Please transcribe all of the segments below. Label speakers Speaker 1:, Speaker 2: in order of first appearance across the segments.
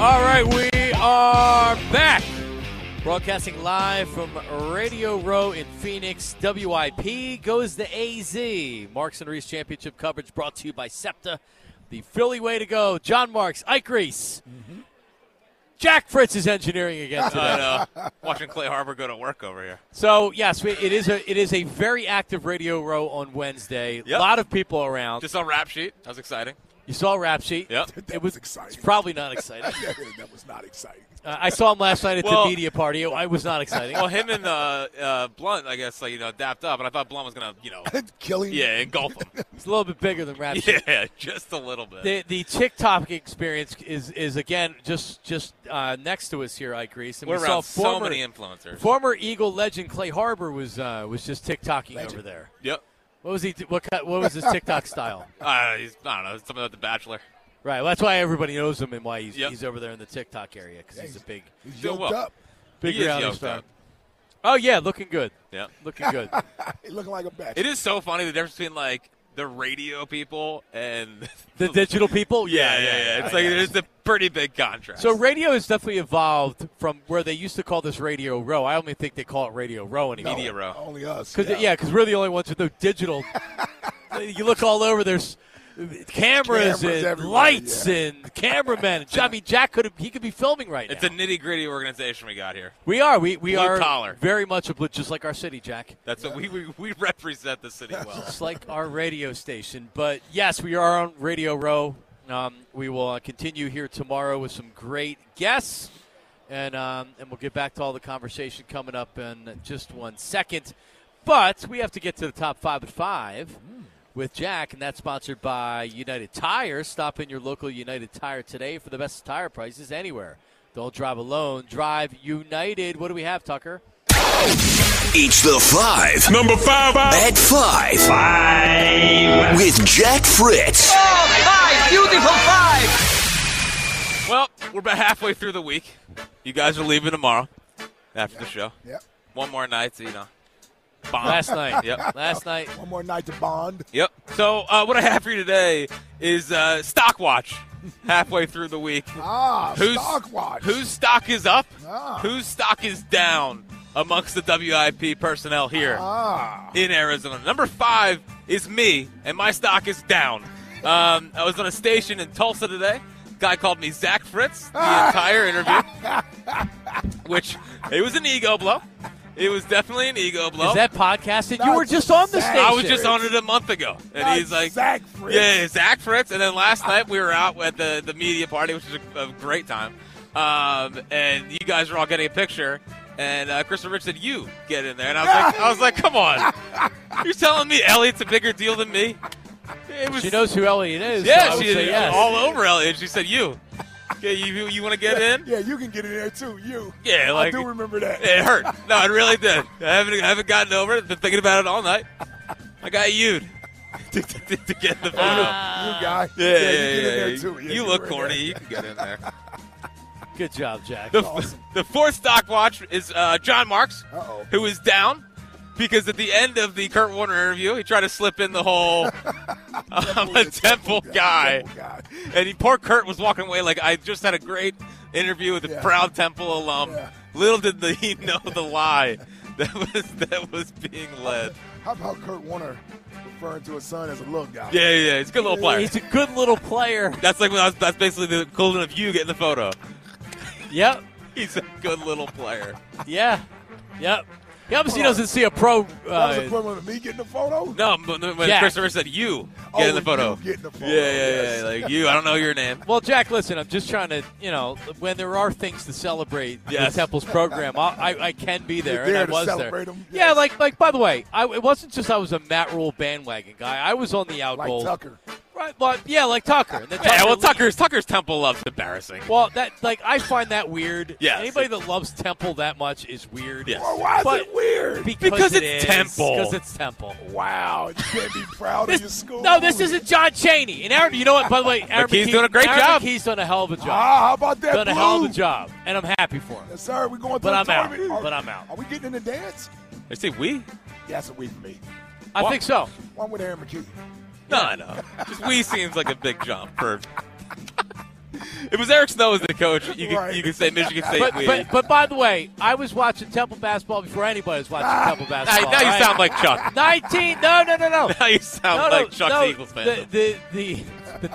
Speaker 1: All right, we are back. Broadcasting live from Radio Row in Phoenix. WIP goes to AZ. Marks and Reese Championship coverage brought to you by SEPTA. The Philly way to go. John Marks, Ike Reese.
Speaker 2: Mm-hmm.
Speaker 1: Jack Fritz is engineering again today.
Speaker 2: I know. Watching Clay Harbor go to work over here.
Speaker 1: So yes, we- it is a it is a very active radio row on Wednesday. A
Speaker 2: Yep.
Speaker 1: lot of people around.
Speaker 2: Just on rap sheet. That was exciting.
Speaker 1: you saw rap sheet.
Speaker 2: Yep.
Speaker 3: That
Speaker 1: It
Speaker 3: was
Speaker 1: was
Speaker 3: exciting.
Speaker 1: It's probably not exciting.
Speaker 3: that was not exciting.
Speaker 1: Uh, I saw him last night at
Speaker 2: Well-
Speaker 1: the media party. I was not exciting.
Speaker 2: Well, him and uh, uh, Blunt, I guess, like, you know, dapped up, and I thought Blunt was gonna, you know,
Speaker 3: Killing.
Speaker 2: yeah, engulf him.
Speaker 1: It's a little bit bigger than rap sheet.
Speaker 2: yeah, just a little bit.
Speaker 1: The, the TikTok experience is is again just just uh, next to us here, Ike Reese, and
Speaker 2: We're
Speaker 1: we saw
Speaker 2: around so
Speaker 1: former
Speaker 2: many influencers.
Speaker 1: former Eagle legend Clay Harbor was uh, was just TikToking over there.
Speaker 2: Yep.
Speaker 1: What was he? do- What ki- what was his TikTok style?
Speaker 2: Uh, he's, I don't know. Something about the Bachelor.
Speaker 1: Right. Well, that's why everybody knows him and why he's,
Speaker 2: Yep.
Speaker 1: he's over there in the TikTok area because he's a big,
Speaker 3: He's
Speaker 2: Doing
Speaker 3: yoked
Speaker 2: well.
Speaker 3: up.
Speaker 1: big
Speaker 2: He is
Speaker 1: reality
Speaker 2: yoked
Speaker 1: star.
Speaker 2: up.
Speaker 1: Oh yeah, looking good.
Speaker 2: Yeah.
Speaker 1: Looking good.
Speaker 3: He's looking like a bat.
Speaker 2: It is so funny the difference between like the radio people and
Speaker 1: the digital people.
Speaker 2: Yeah, yeah, yeah. It's like there's a pretty big contrast.
Speaker 1: So radio has definitely evolved from where they used to call this Radio Row. I only think they call it Radio Row anymore.
Speaker 2: Media row.
Speaker 3: Only us.
Speaker 1: Cause, yeah, because we're the only ones with no digital. you look all over, there's cameras,
Speaker 3: Cameras
Speaker 1: and
Speaker 3: everywhere,
Speaker 1: lights
Speaker 3: yeah.
Speaker 1: and cameramen. I mean, Jack could he could be filming right
Speaker 2: it's
Speaker 1: now.
Speaker 2: a nitty gritty organization we got here.
Speaker 1: we are we we
Speaker 2: blue
Speaker 1: are
Speaker 2: collar.
Speaker 1: very much a blue, just like our city, Jack.
Speaker 2: That's what we, we we represent the city well.
Speaker 1: It's like our radio station. But yes, we are on Radio Row. Um, we will uh, continue here tomorrow with some great guests, and um, and we'll get back to all the conversation coming up in just one second. But we have to get to the top five at five with Jack, and that's sponsored by United Tire. Stop in your local United Tire today for the best tire prices anywhere. Don't drive alone. Drive United. What do we have, Tucker?
Speaker 4: Each the five
Speaker 5: Number five out.
Speaker 4: at five. Five. With Jack Fritz.
Speaker 2: Well, we're about halfway through the week. You guys are leaving tomorrow after the show.
Speaker 3: Yep.
Speaker 2: One more night, to, you know. Bomb.
Speaker 1: Last night.
Speaker 2: Yep.
Speaker 1: Last night.
Speaker 3: One more night to bond.
Speaker 2: Yep. So uh, what I have for you today is uh, stock watch. Halfway through the week,
Speaker 3: Ah,
Speaker 2: Who's-
Speaker 3: stock watch.
Speaker 2: whose stock is up,
Speaker 3: Ah.
Speaker 2: whose stock is down amongst the WIP personnel here
Speaker 3: Ah,
Speaker 2: in Arizona. Number five is me, and my stock is down. Um, I was on a station in Tulsa today. Guy called me Zach Fritz the entire interview, which it was an ego blow. It was definitely an ego blow.
Speaker 1: Is that podcasted? You
Speaker 3: Not
Speaker 1: were just on the
Speaker 3: Zach.
Speaker 1: station.
Speaker 2: I was just on it a month ago, and
Speaker 3: Not
Speaker 2: he's like,
Speaker 3: Zach Fritz.
Speaker 2: yeah, Zach Fritz." And then last night we were out at the the media party, which was a, a great time. Um, and you guys were all getting a picture, and uh, Christopher Rich said, "You get in there," and I was like, "I was like, come on, you're telling me Elliot's a bigger deal than me?" It was,
Speaker 1: She knows who Elliot is. so
Speaker 2: yeah,
Speaker 1: I would
Speaker 2: she
Speaker 1: say
Speaker 2: is
Speaker 1: yes.
Speaker 2: all over Elliot. She said, "You, okay, you you want to get in?"
Speaker 3: Yeah, you can get in there too. You.
Speaker 2: Yeah,
Speaker 3: I
Speaker 2: like-
Speaker 3: do remember that.
Speaker 2: It hurt. No, it really did. I haven't, I haven't gotten over it. Been thinking about it all night. I got you to, to, to get the photo.
Speaker 1: Uh,
Speaker 3: you guy.
Speaker 2: yeah,
Speaker 3: you
Speaker 2: yeah,
Speaker 3: get
Speaker 2: yeah,
Speaker 3: in there
Speaker 2: yeah.
Speaker 3: too. Yeah,
Speaker 2: you
Speaker 3: were
Speaker 2: look
Speaker 3: in there.
Speaker 2: corny. You can get in there.
Speaker 1: Good job, Jack.
Speaker 2: The,
Speaker 3: Awesome.
Speaker 2: the fourth stock watch is uh, John Marks,
Speaker 3: Uh-oh.
Speaker 2: who is down because at the end of the Kurt Warner interview, he tried to slip in the whole "I'm a temple guy,"
Speaker 3: Temple guy.
Speaker 2: and he poor Kurt was walking away like I just had a great interview with a
Speaker 3: Yeah.
Speaker 2: proud Temple alum.
Speaker 3: Yeah.
Speaker 2: Little did the, he know the lie that was that was being led.
Speaker 3: How about Kurt Warner referring to his son as a little guy?
Speaker 2: Yeah, yeah, yeah. he's a good little player.
Speaker 1: He's a good little player.
Speaker 2: That's like when I was, that's basically the equivalent of you getting the photo.
Speaker 1: Yep.
Speaker 2: He's a good little player.
Speaker 1: Yeah. Yep. He obviously doesn't see a pro.
Speaker 3: That was
Speaker 1: Uh,
Speaker 3: equivalent to me getting the photo.
Speaker 2: No, but when
Speaker 1: Jack.
Speaker 2: Christopher said you get
Speaker 3: Oh,
Speaker 2: in the
Speaker 3: you
Speaker 2: photo.
Speaker 3: get in the photo,
Speaker 2: Yeah, yeah,
Speaker 3: yes.
Speaker 2: yeah. Like you, I don't know your name.
Speaker 1: well, Jack, listen, I'm just trying to, you know, when there are things to celebrate
Speaker 2: Yes.
Speaker 1: the Temple's program, I, I, I can be there,
Speaker 3: You're
Speaker 1: and
Speaker 3: there
Speaker 1: I
Speaker 3: to
Speaker 1: was there.
Speaker 3: celebrate 'em,
Speaker 1: Yeah,
Speaker 3: yes.
Speaker 1: like, like by the way, I, it wasn't just I was a Matt Rule bandwagon guy. I was on the out
Speaker 3: Like
Speaker 1: goal.
Speaker 3: Tucker.
Speaker 1: Right, but, yeah, like Tucker. And then
Speaker 2: Yeah, well,
Speaker 1: leaves.
Speaker 2: Tucker's Tucker's temple loves embarrassing.
Speaker 1: Well, that like I find that weird.
Speaker 2: Yes.
Speaker 1: Anybody that loves Temple that much is weird.
Speaker 2: Yes.
Speaker 3: Well, why is
Speaker 1: But-
Speaker 3: it weird?
Speaker 1: Because,
Speaker 2: Because
Speaker 1: it
Speaker 2: it's
Speaker 1: is.
Speaker 2: Temple.
Speaker 1: Because it's Temple.
Speaker 3: wow, you can't be proud of your
Speaker 1: This,
Speaker 3: school.
Speaker 1: no, this isn't John Cheney. And Aaron, you know what? By the way, Aaron
Speaker 2: he's
Speaker 1: McKee-
Speaker 2: doing a great
Speaker 1: Aaron
Speaker 2: job.
Speaker 1: He's done a hell of a job.
Speaker 3: Ah, how about that
Speaker 1: done
Speaker 3: blue?
Speaker 1: a hell of a job, and I'm happy for him.
Speaker 3: Yes, sir. We going to
Speaker 1: But
Speaker 3: the
Speaker 1: I'm out.
Speaker 3: tournament. Are-
Speaker 1: But I'm out.
Speaker 3: Are we getting in the dance?
Speaker 2: I see we.
Speaker 3: That's a we for me.
Speaker 1: I
Speaker 2: Well-
Speaker 1: think so.
Speaker 3: One with Aaron McKee.
Speaker 2: No, no. Just we seems like a big jump for it was Eric Snow as the coach. You could,
Speaker 3: Right.
Speaker 2: you could say Michigan State
Speaker 1: But,
Speaker 2: weird.
Speaker 1: but, but by the way, I was watching Temple basketball before anybody was
Speaker 3: Ah.
Speaker 1: watching Temple
Speaker 2: now,
Speaker 1: basketball.
Speaker 2: now you
Speaker 1: right?
Speaker 2: sound like Chuck.
Speaker 1: 19. No, no, no, no.
Speaker 2: Now you sound
Speaker 1: no, no,
Speaker 2: like Chuck
Speaker 1: no,
Speaker 2: the Eagles fan.
Speaker 1: The, the, the, the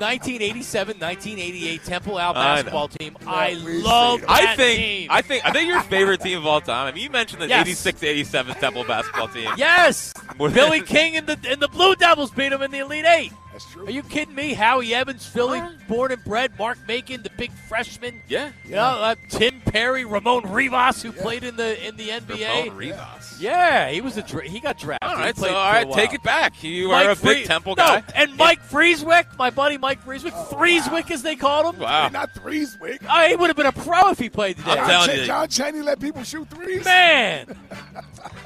Speaker 1: 1987-1988 Temple Owl
Speaker 2: I know.
Speaker 1: basketball team. I
Speaker 3: we
Speaker 1: love
Speaker 3: see
Speaker 1: that
Speaker 3: them.
Speaker 2: I think
Speaker 1: team.
Speaker 2: I think I think your favorite team of all time. I mean, you mentioned the
Speaker 1: Yes.
Speaker 2: 86 87 Temple basketball team.
Speaker 1: yes,
Speaker 2: More than-
Speaker 1: Billy King and the and the Blue Devils beat them in the Elite Eight.
Speaker 3: That's true.
Speaker 1: Are you kidding me? Howie Evans, Philly, born and bred. Mark Macon, the big freshman.
Speaker 2: Yeah.
Speaker 1: You know, uh, Tim Perry, Ramon Rivas, who played in the in the NBA.
Speaker 2: Ramon Rivas.
Speaker 1: yeah, he was a dra- he got drafted.
Speaker 2: All
Speaker 1: He
Speaker 2: right, so
Speaker 1: played for
Speaker 2: all
Speaker 1: a
Speaker 2: right,
Speaker 1: while.
Speaker 2: take it back. You
Speaker 1: Mike
Speaker 2: are a big
Speaker 1: Fre-
Speaker 2: Temple
Speaker 1: no,
Speaker 2: guy.
Speaker 1: and Mike Frieswick, my buddy Mike Frieswick, Frieswick as they called him.
Speaker 2: Wow.
Speaker 3: Not threes, Wick.
Speaker 1: I, Oh, he would have been a pro if he played today.
Speaker 2: I'm telling you.
Speaker 3: John Chaney let people shoot threes.
Speaker 1: Man,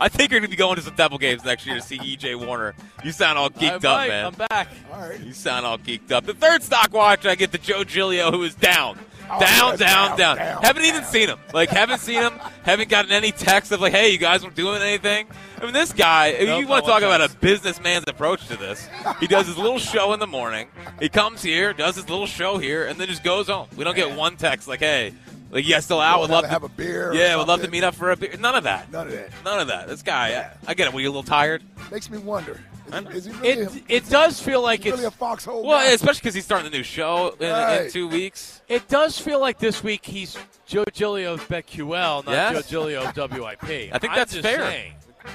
Speaker 2: I think you're going to be going to some Temple games next year to see EJ Warner. You sound all
Speaker 1: I
Speaker 2: geeked
Speaker 1: might.
Speaker 2: up, man.
Speaker 1: I'm back.
Speaker 3: All right.
Speaker 2: You sound all geeked up. The third stock watch, I get to Joe Giglio, who is down.
Speaker 3: Oh,
Speaker 2: down,
Speaker 3: yes,
Speaker 2: down,
Speaker 3: down,
Speaker 2: down,
Speaker 3: down,
Speaker 2: Haven't even seen him. Like, haven't seen him. Haven't gotten any text of like, "Hey, you guys were doing anything." I mean, this guy. if
Speaker 1: Nope,
Speaker 2: you
Speaker 1: no
Speaker 2: want to talk
Speaker 1: one
Speaker 2: about a
Speaker 1: texts.
Speaker 2: businessman's approach to this? He does his little show in the morning. He comes here, does his little show here, and then just goes home. We don't get one text like, "Hey, like, yeah, still out. Would
Speaker 3: Wanna
Speaker 2: love to
Speaker 3: have a beer or
Speaker 2: Yeah, would love to
Speaker 3: something.
Speaker 2: meet up for a beer. None of that.
Speaker 3: None of that.
Speaker 2: None of that. This guy. I, I get it. Were you a little tired?
Speaker 3: Makes me wonder. Is,
Speaker 2: I'm-
Speaker 3: he- is he really,
Speaker 1: It it does feel like
Speaker 3: really a
Speaker 1: it's
Speaker 3: foxhole?
Speaker 2: Well,
Speaker 3: guy?
Speaker 2: especially because he's starting the new show in, in
Speaker 3: Right.
Speaker 2: two weeks.
Speaker 1: it does feel like this week he's Joe Gilio of BetQL, not
Speaker 2: Yes.
Speaker 1: Joe Gilio of WIP.
Speaker 2: I think
Speaker 1: I'm
Speaker 2: that's
Speaker 1: just
Speaker 2: fair.
Speaker 1: saying.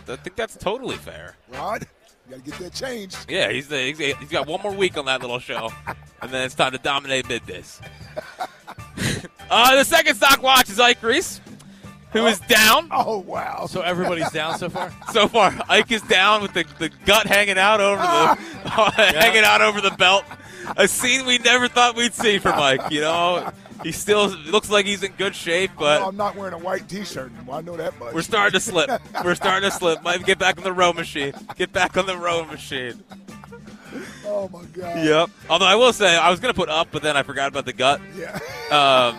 Speaker 2: I think that's totally fair.
Speaker 3: Rod, you got to get that changed.
Speaker 2: Yeah, he's the, he's, he's got one more week on that little show, and then it's time to dominate middays. uh, the second stock watch is Ike Reese, who is down
Speaker 3: Oh, wow.
Speaker 1: So everybody's down so far.
Speaker 2: so far. Ike is down with the, the gut hanging out over the hanging out over the belt. A scene we never thought we'd see from Ike. You know, he still looks like he's in good shape, but
Speaker 3: I'm not wearing a white T-shirt anymore. I know that much.
Speaker 2: We're starting to slip. We're starting to slip. Might get back on the row machine. Get back on the row machine.
Speaker 3: oh my God.
Speaker 2: Yep. Although I will say, I was gonna put up, but then I forgot about the gut.
Speaker 3: Yeah.
Speaker 2: Um,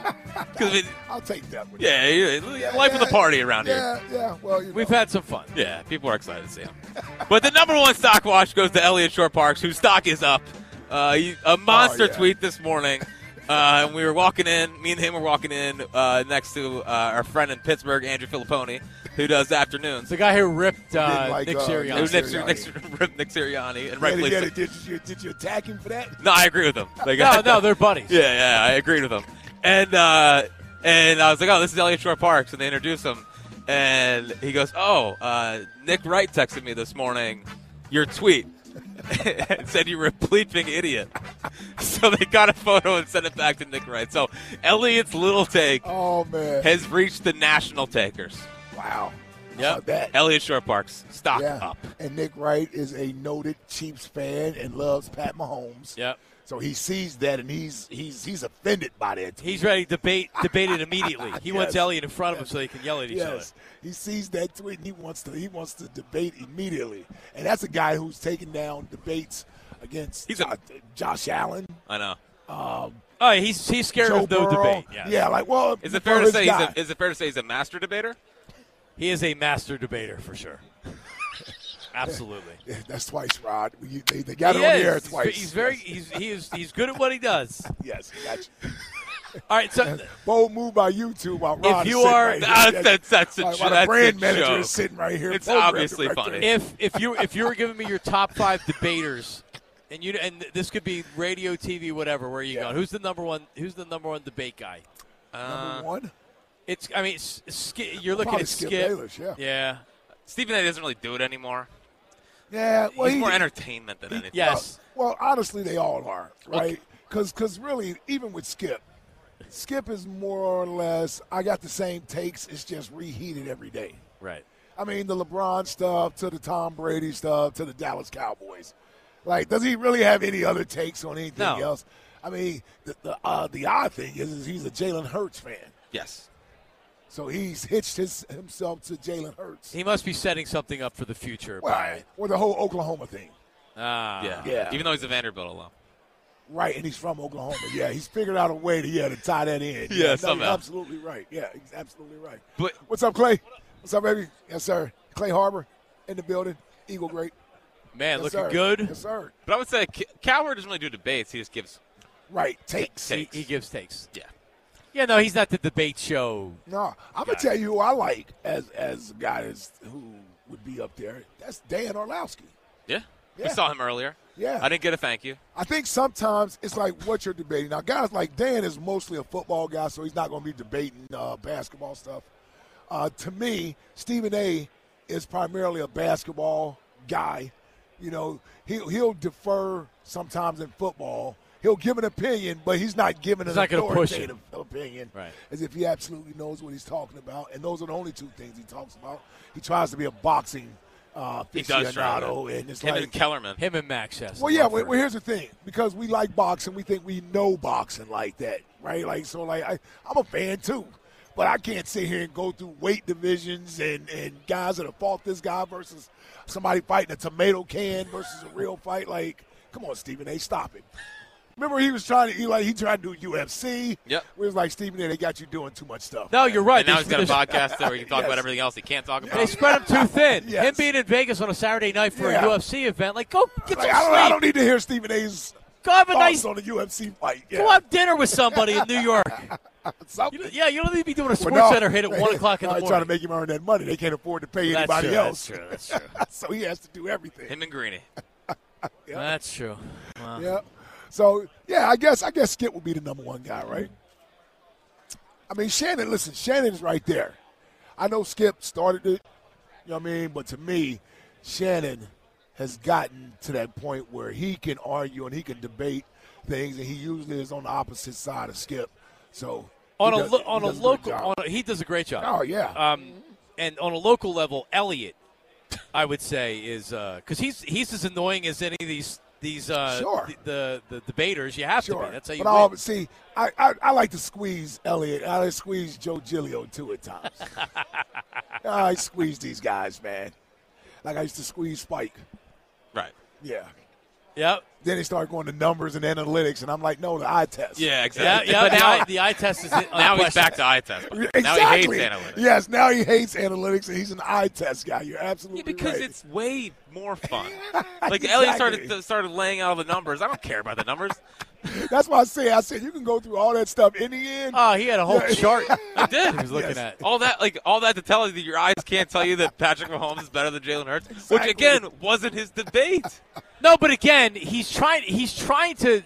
Speaker 2: 'cause I mean,
Speaker 3: I'll take that one.
Speaker 2: yeah, yeah, life of the party around here.
Speaker 3: Yeah. Yeah. Well, you know.
Speaker 1: We've had some fun.
Speaker 2: Yeah, people are excited to see him. But the number one stock watch goes to Elliot Shore Parks, whose stock is up. Uh, he- a monster
Speaker 3: Oh, yeah.
Speaker 2: tweet this morning. Uh, and we were walking in. Me and him were walking in uh, next to uh, our friend in Pittsburgh, Andrew Filipponi, who does afternoons.
Speaker 1: It's the guy who ripped uh,
Speaker 3: Didn't like,
Speaker 1: Nick
Speaker 3: uh,
Speaker 1: Sirianni.
Speaker 2: It was Nick, Sir-
Speaker 3: Sirianni.
Speaker 2: Nick, Sir- Nick Sirianni, and
Speaker 3: Right,
Speaker 2: rightfully so.
Speaker 3: did, you, did you attack him for that?
Speaker 2: No, I agree with him. Like,
Speaker 1: no, no, they're buddies.
Speaker 2: yeah, yeah, I agreed with him. And uh, and I was like, oh, this is Elliot Shore Parks, and they introduced him, and he goes, oh, uh, Nick Wright texted me this morning, your tweet, and said you were a bleeping idiot. So they got a photo and sent it back to Nick Wright. So Elliot's little take
Speaker 3: Oh man.
Speaker 2: has reached the national takers.
Speaker 3: wow.
Speaker 2: Yep.
Speaker 3: How about that.
Speaker 2: Elliot Shore Parks stock
Speaker 3: yeah.
Speaker 2: up.
Speaker 3: And Nick Wright is a noted Chiefs fan and loves Pat Mahomes.
Speaker 1: Yep.
Speaker 3: So he sees that and he's he's he's offended by that.
Speaker 1: He's ready to debate debate it immediately. He wants
Speaker 3: Yes.
Speaker 1: Elliot in front of him so they can yell at each other.
Speaker 3: Yes, he sees that tweet and he wants to he wants to debate immediately. And that's a guy who's taken down debates against
Speaker 2: He's a-
Speaker 3: uh, Josh Allen,
Speaker 2: I know.
Speaker 1: Oh, he's he's scared
Speaker 3: Joe
Speaker 1: of no
Speaker 3: Burrow.
Speaker 1: debate. Yes.
Speaker 3: Yeah, like well,
Speaker 2: Is it
Speaker 3: well,
Speaker 2: fair to
Speaker 3: his
Speaker 2: say he's
Speaker 3: guy.
Speaker 2: a, is it fair to say he's a master debater?
Speaker 1: he is a master debater for sure. Absolutely,
Speaker 3: Yeah, that's twice, Rod. You, they, they got
Speaker 1: he
Speaker 3: it on
Speaker 1: is.
Speaker 3: the air
Speaker 1: He's ve-
Speaker 3: twice.
Speaker 1: He's very he's he is he's good at what he does.
Speaker 3: yes, yes gotcha.
Speaker 1: All right, so
Speaker 3: Bold move by you two while Rod
Speaker 1: you
Speaker 3: is sitting
Speaker 1: are-
Speaker 3: right here.
Speaker 2: Ah, that's- that's a
Speaker 3: while,
Speaker 2: jo-
Speaker 3: while
Speaker 2: that's
Speaker 3: the brand
Speaker 2: a
Speaker 3: manager
Speaker 2: joke.
Speaker 3: is sitting right here.
Speaker 2: It's
Speaker 3: programmed
Speaker 2: obviously
Speaker 3: right
Speaker 2: funny.
Speaker 3: there.
Speaker 1: if if you if you were giving me your top five debaters, and you and this could be radio, TV, whatever, where are you
Speaker 3: Yeah.
Speaker 1: going? Who's the number one? Who's the number one debate guy?
Speaker 2: Uh,
Speaker 3: Number one,
Speaker 1: It's I mean, S- Ski- you're looking
Speaker 3: probably
Speaker 1: at
Speaker 3: Skip
Speaker 1: Skip.
Speaker 3: Bayless. Yeah,
Speaker 1: Yeah.
Speaker 2: Stephen A. doesn't really do it anymore.
Speaker 3: yeah. Well,
Speaker 2: He's
Speaker 3: he,
Speaker 2: more entertainment than anything.
Speaker 1: Yes.
Speaker 3: Well, honestly, they all are, right? Because really, even with Skip, Skip is more or less, I got the same takes. It's just reheated every day.
Speaker 1: Right.
Speaker 3: I mean, the LeBron stuff to the Tom Brady stuff to the Dallas Cowboys. Like, does he really have any other takes on anything
Speaker 2: No.
Speaker 3: else? I mean, the the, uh, the odd thing is, is he's a Jalen Hurts fan,
Speaker 2: Oh, Yes.
Speaker 3: so he's hitched his, himself to Jalen Hurts.
Speaker 1: He must be setting something up for the future.
Speaker 3: Well, or the whole Oklahoma thing.
Speaker 1: by, ah.
Speaker 2: Yeah.
Speaker 3: Yeah.
Speaker 2: Uh, Even though he's a Vanderbilt alum.
Speaker 3: Right, and he's from Oklahoma. Yeah, he's figured out a way to yeah to tie that in.
Speaker 2: Yeah,
Speaker 3: no,
Speaker 2: somehow.
Speaker 3: You're absolutely right. Yeah, he's absolutely right.
Speaker 2: But-
Speaker 3: what's up, Clay? What's up, baby? Yes, sir. Clay Harbor in the building. Eagle great.
Speaker 1: Man,
Speaker 3: Yes,
Speaker 1: looking
Speaker 3: sir.
Speaker 1: good.
Speaker 3: Yes, sir.
Speaker 2: But I would say K- Cowher doesn't really do debates. He just gives
Speaker 3: Right, takes.
Speaker 1: He,
Speaker 2: Takes.
Speaker 1: he gives takes.
Speaker 2: Yeah.
Speaker 1: Yeah, no, he's not the debate show.
Speaker 3: No, I'm gonna tell you who I like as as a guy that's, who would be up there. That's Dan Orlowski.
Speaker 2: Yeah. We
Speaker 3: Yeah.
Speaker 2: saw him earlier.
Speaker 3: Yeah.
Speaker 2: I didn't get a thank you.
Speaker 3: I think sometimes it's like what you're debating. Now, guys like Dan is mostly a football guy, so he's not going to be debating uh, basketball stuff. Uh, to me, Stephen A. is primarily a basketball guy. You know, he, he'll defer sometimes in football. He'll give an opinion, but he's not giving
Speaker 1: He's
Speaker 3: an
Speaker 1: not gonna push it.
Speaker 3: authoritative opinion
Speaker 1: Right.
Speaker 3: as if he absolutely knows what he's talking about. And those are the only two things he talks about. He tries to be a boxing uh,
Speaker 2: He does try to.
Speaker 3: aficionado, and it's
Speaker 2: Him
Speaker 3: like
Speaker 2: and Kellerman.
Speaker 1: Him and Max Hess.
Speaker 3: well, yeah. Well, well, here's the thing: because we like boxing, we think we know boxing like that, right? Like, so, like, I, I'm a fan too, but I can't sit here and go through weight divisions and and guys that have fought this guy versus somebody fighting a tomato can versus a real fight. Like, come on, Stephen A. Stop it. Remember, he was trying to he like he tried to do UFC.
Speaker 2: Yep.
Speaker 3: We was like Stephen A. They got you doing too much stuff.
Speaker 1: no, you're right.
Speaker 2: And now
Speaker 1: They-
Speaker 2: he's got a
Speaker 1: they-
Speaker 2: podcast where he can talk
Speaker 3: Yes.
Speaker 2: about everything else he can't talk about.
Speaker 1: They spread him too thin.
Speaker 3: Yes.
Speaker 1: Him being in Vegas on a Saturday night for
Speaker 3: Yeah.
Speaker 1: a UFC event, like go get
Speaker 3: Like,
Speaker 1: some
Speaker 3: I, don't, I
Speaker 1: sleep.
Speaker 3: don't need to hear Stephen A.'s
Speaker 1: go have a
Speaker 3: thoughts
Speaker 1: nice,
Speaker 3: on the UFC fight. Yeah.
Speaker 1: go have dinner with somebody in New York.
Speaker 3: Something.
Speaker 1: You don't- yeah, you don't need to be doing a sports
Speaker 3: Well, no.
Speaker 1: center hit at one o'clock in
Speaker 3: Now
Speaker 1: the
Speaker 3: they
Speaker 1: morning.
Speaker 3: trying to make him earn that money. They can't afford to pay
Speaker 1: That's
Speaker 3: anybody
Speaker 1: true,
Speaker 3: else.
Speaker 1: That's true. That's true.
Speaker 3: so he has to do everything.
Speaker 2: Him and Greeny.
Speaker 1: That's true. Wow.
Speaker 3: yeah. So yeah, I guess I guess Skip would be the number one guy, right? I mean, Shannon. Listen, Shannon's right there. I know Skip started it. You know what I mean? But to me, Shannon has gotten to that point where he can argue and he can debate things, and he usually is on the opposite side of Skip. So he
Speaker 1: On a
Speaker 3: does-
Speaker 1: lo-
Speaker 3: he
Speaker 1: on a
Speaker 3: does good
Speaker 1: local,
Speaker 3: job.
Speaker 1: on a, he does a great job.
Speaker 3: oh yeah,
Speaker 1: Um, and on a local level, Elliot, I would say is because he's he's as annoying as any of these these uh,
Speaker 3: Sure.
Speaker 1: th- the, the debaters. You have to be. That's how you.
Speaker 3: but I
Speaker 1: win.
Speaker 3: always- see, I, I, I like to squeeze Elliot. I like to squeeze Joe Gilio too at times. I squeeze these guys, man. Like I used to squeeze Spike.
Speaker 2: Right.
Speaker 3: Yeah.
Speaker 1: Yep.
Speaker 3: Then they start going to numbers and analytics, and I'm like, no, the eye test.
Speaker 2: Yeah,
Speaker 1: Yeah,
Speaker 2: exactly.
Speaker 1: yeah.
Speaker 2: But
Speaker 1: the, eye,
Speaker 2: now,
Speaker 1: the eye test is
Speaker 2: now he's back to eye test.
Speaker 3: Exactly.
Speaker 2: Now he hates analytics.
Speaker 3: Yes, now he hates analytics, and he's an eye test guy. You're absolutely
Speaker 2: Yeah, because
Speaker 3: right.
Speaker 2: it's way more fun. Like Elliot
Speaker 3: Exactly.
Speaker 2: started started laying out all the numbers. I don't care about the numbers.
Speaker 3: That's why I say, I said you can go through all that stuff. In the end,
Speaker 1: Oh, he had a whole
Speaker 3: Yeah.
Speaker 1: chart.
Speaker 2: I did.
Speaker 1: He was looking
Speaker 3: Yes.
Speaker 1: at.
Speaker 2: all that like all that to tell you that your eyes can't tell you that Patrick Mahomes is better than Jalen Hurts,
Speaker 3: Exactly.
Speaker 2: which again wasn't his debate.
Speaker 1: No, but again, he's trying. He's trying to.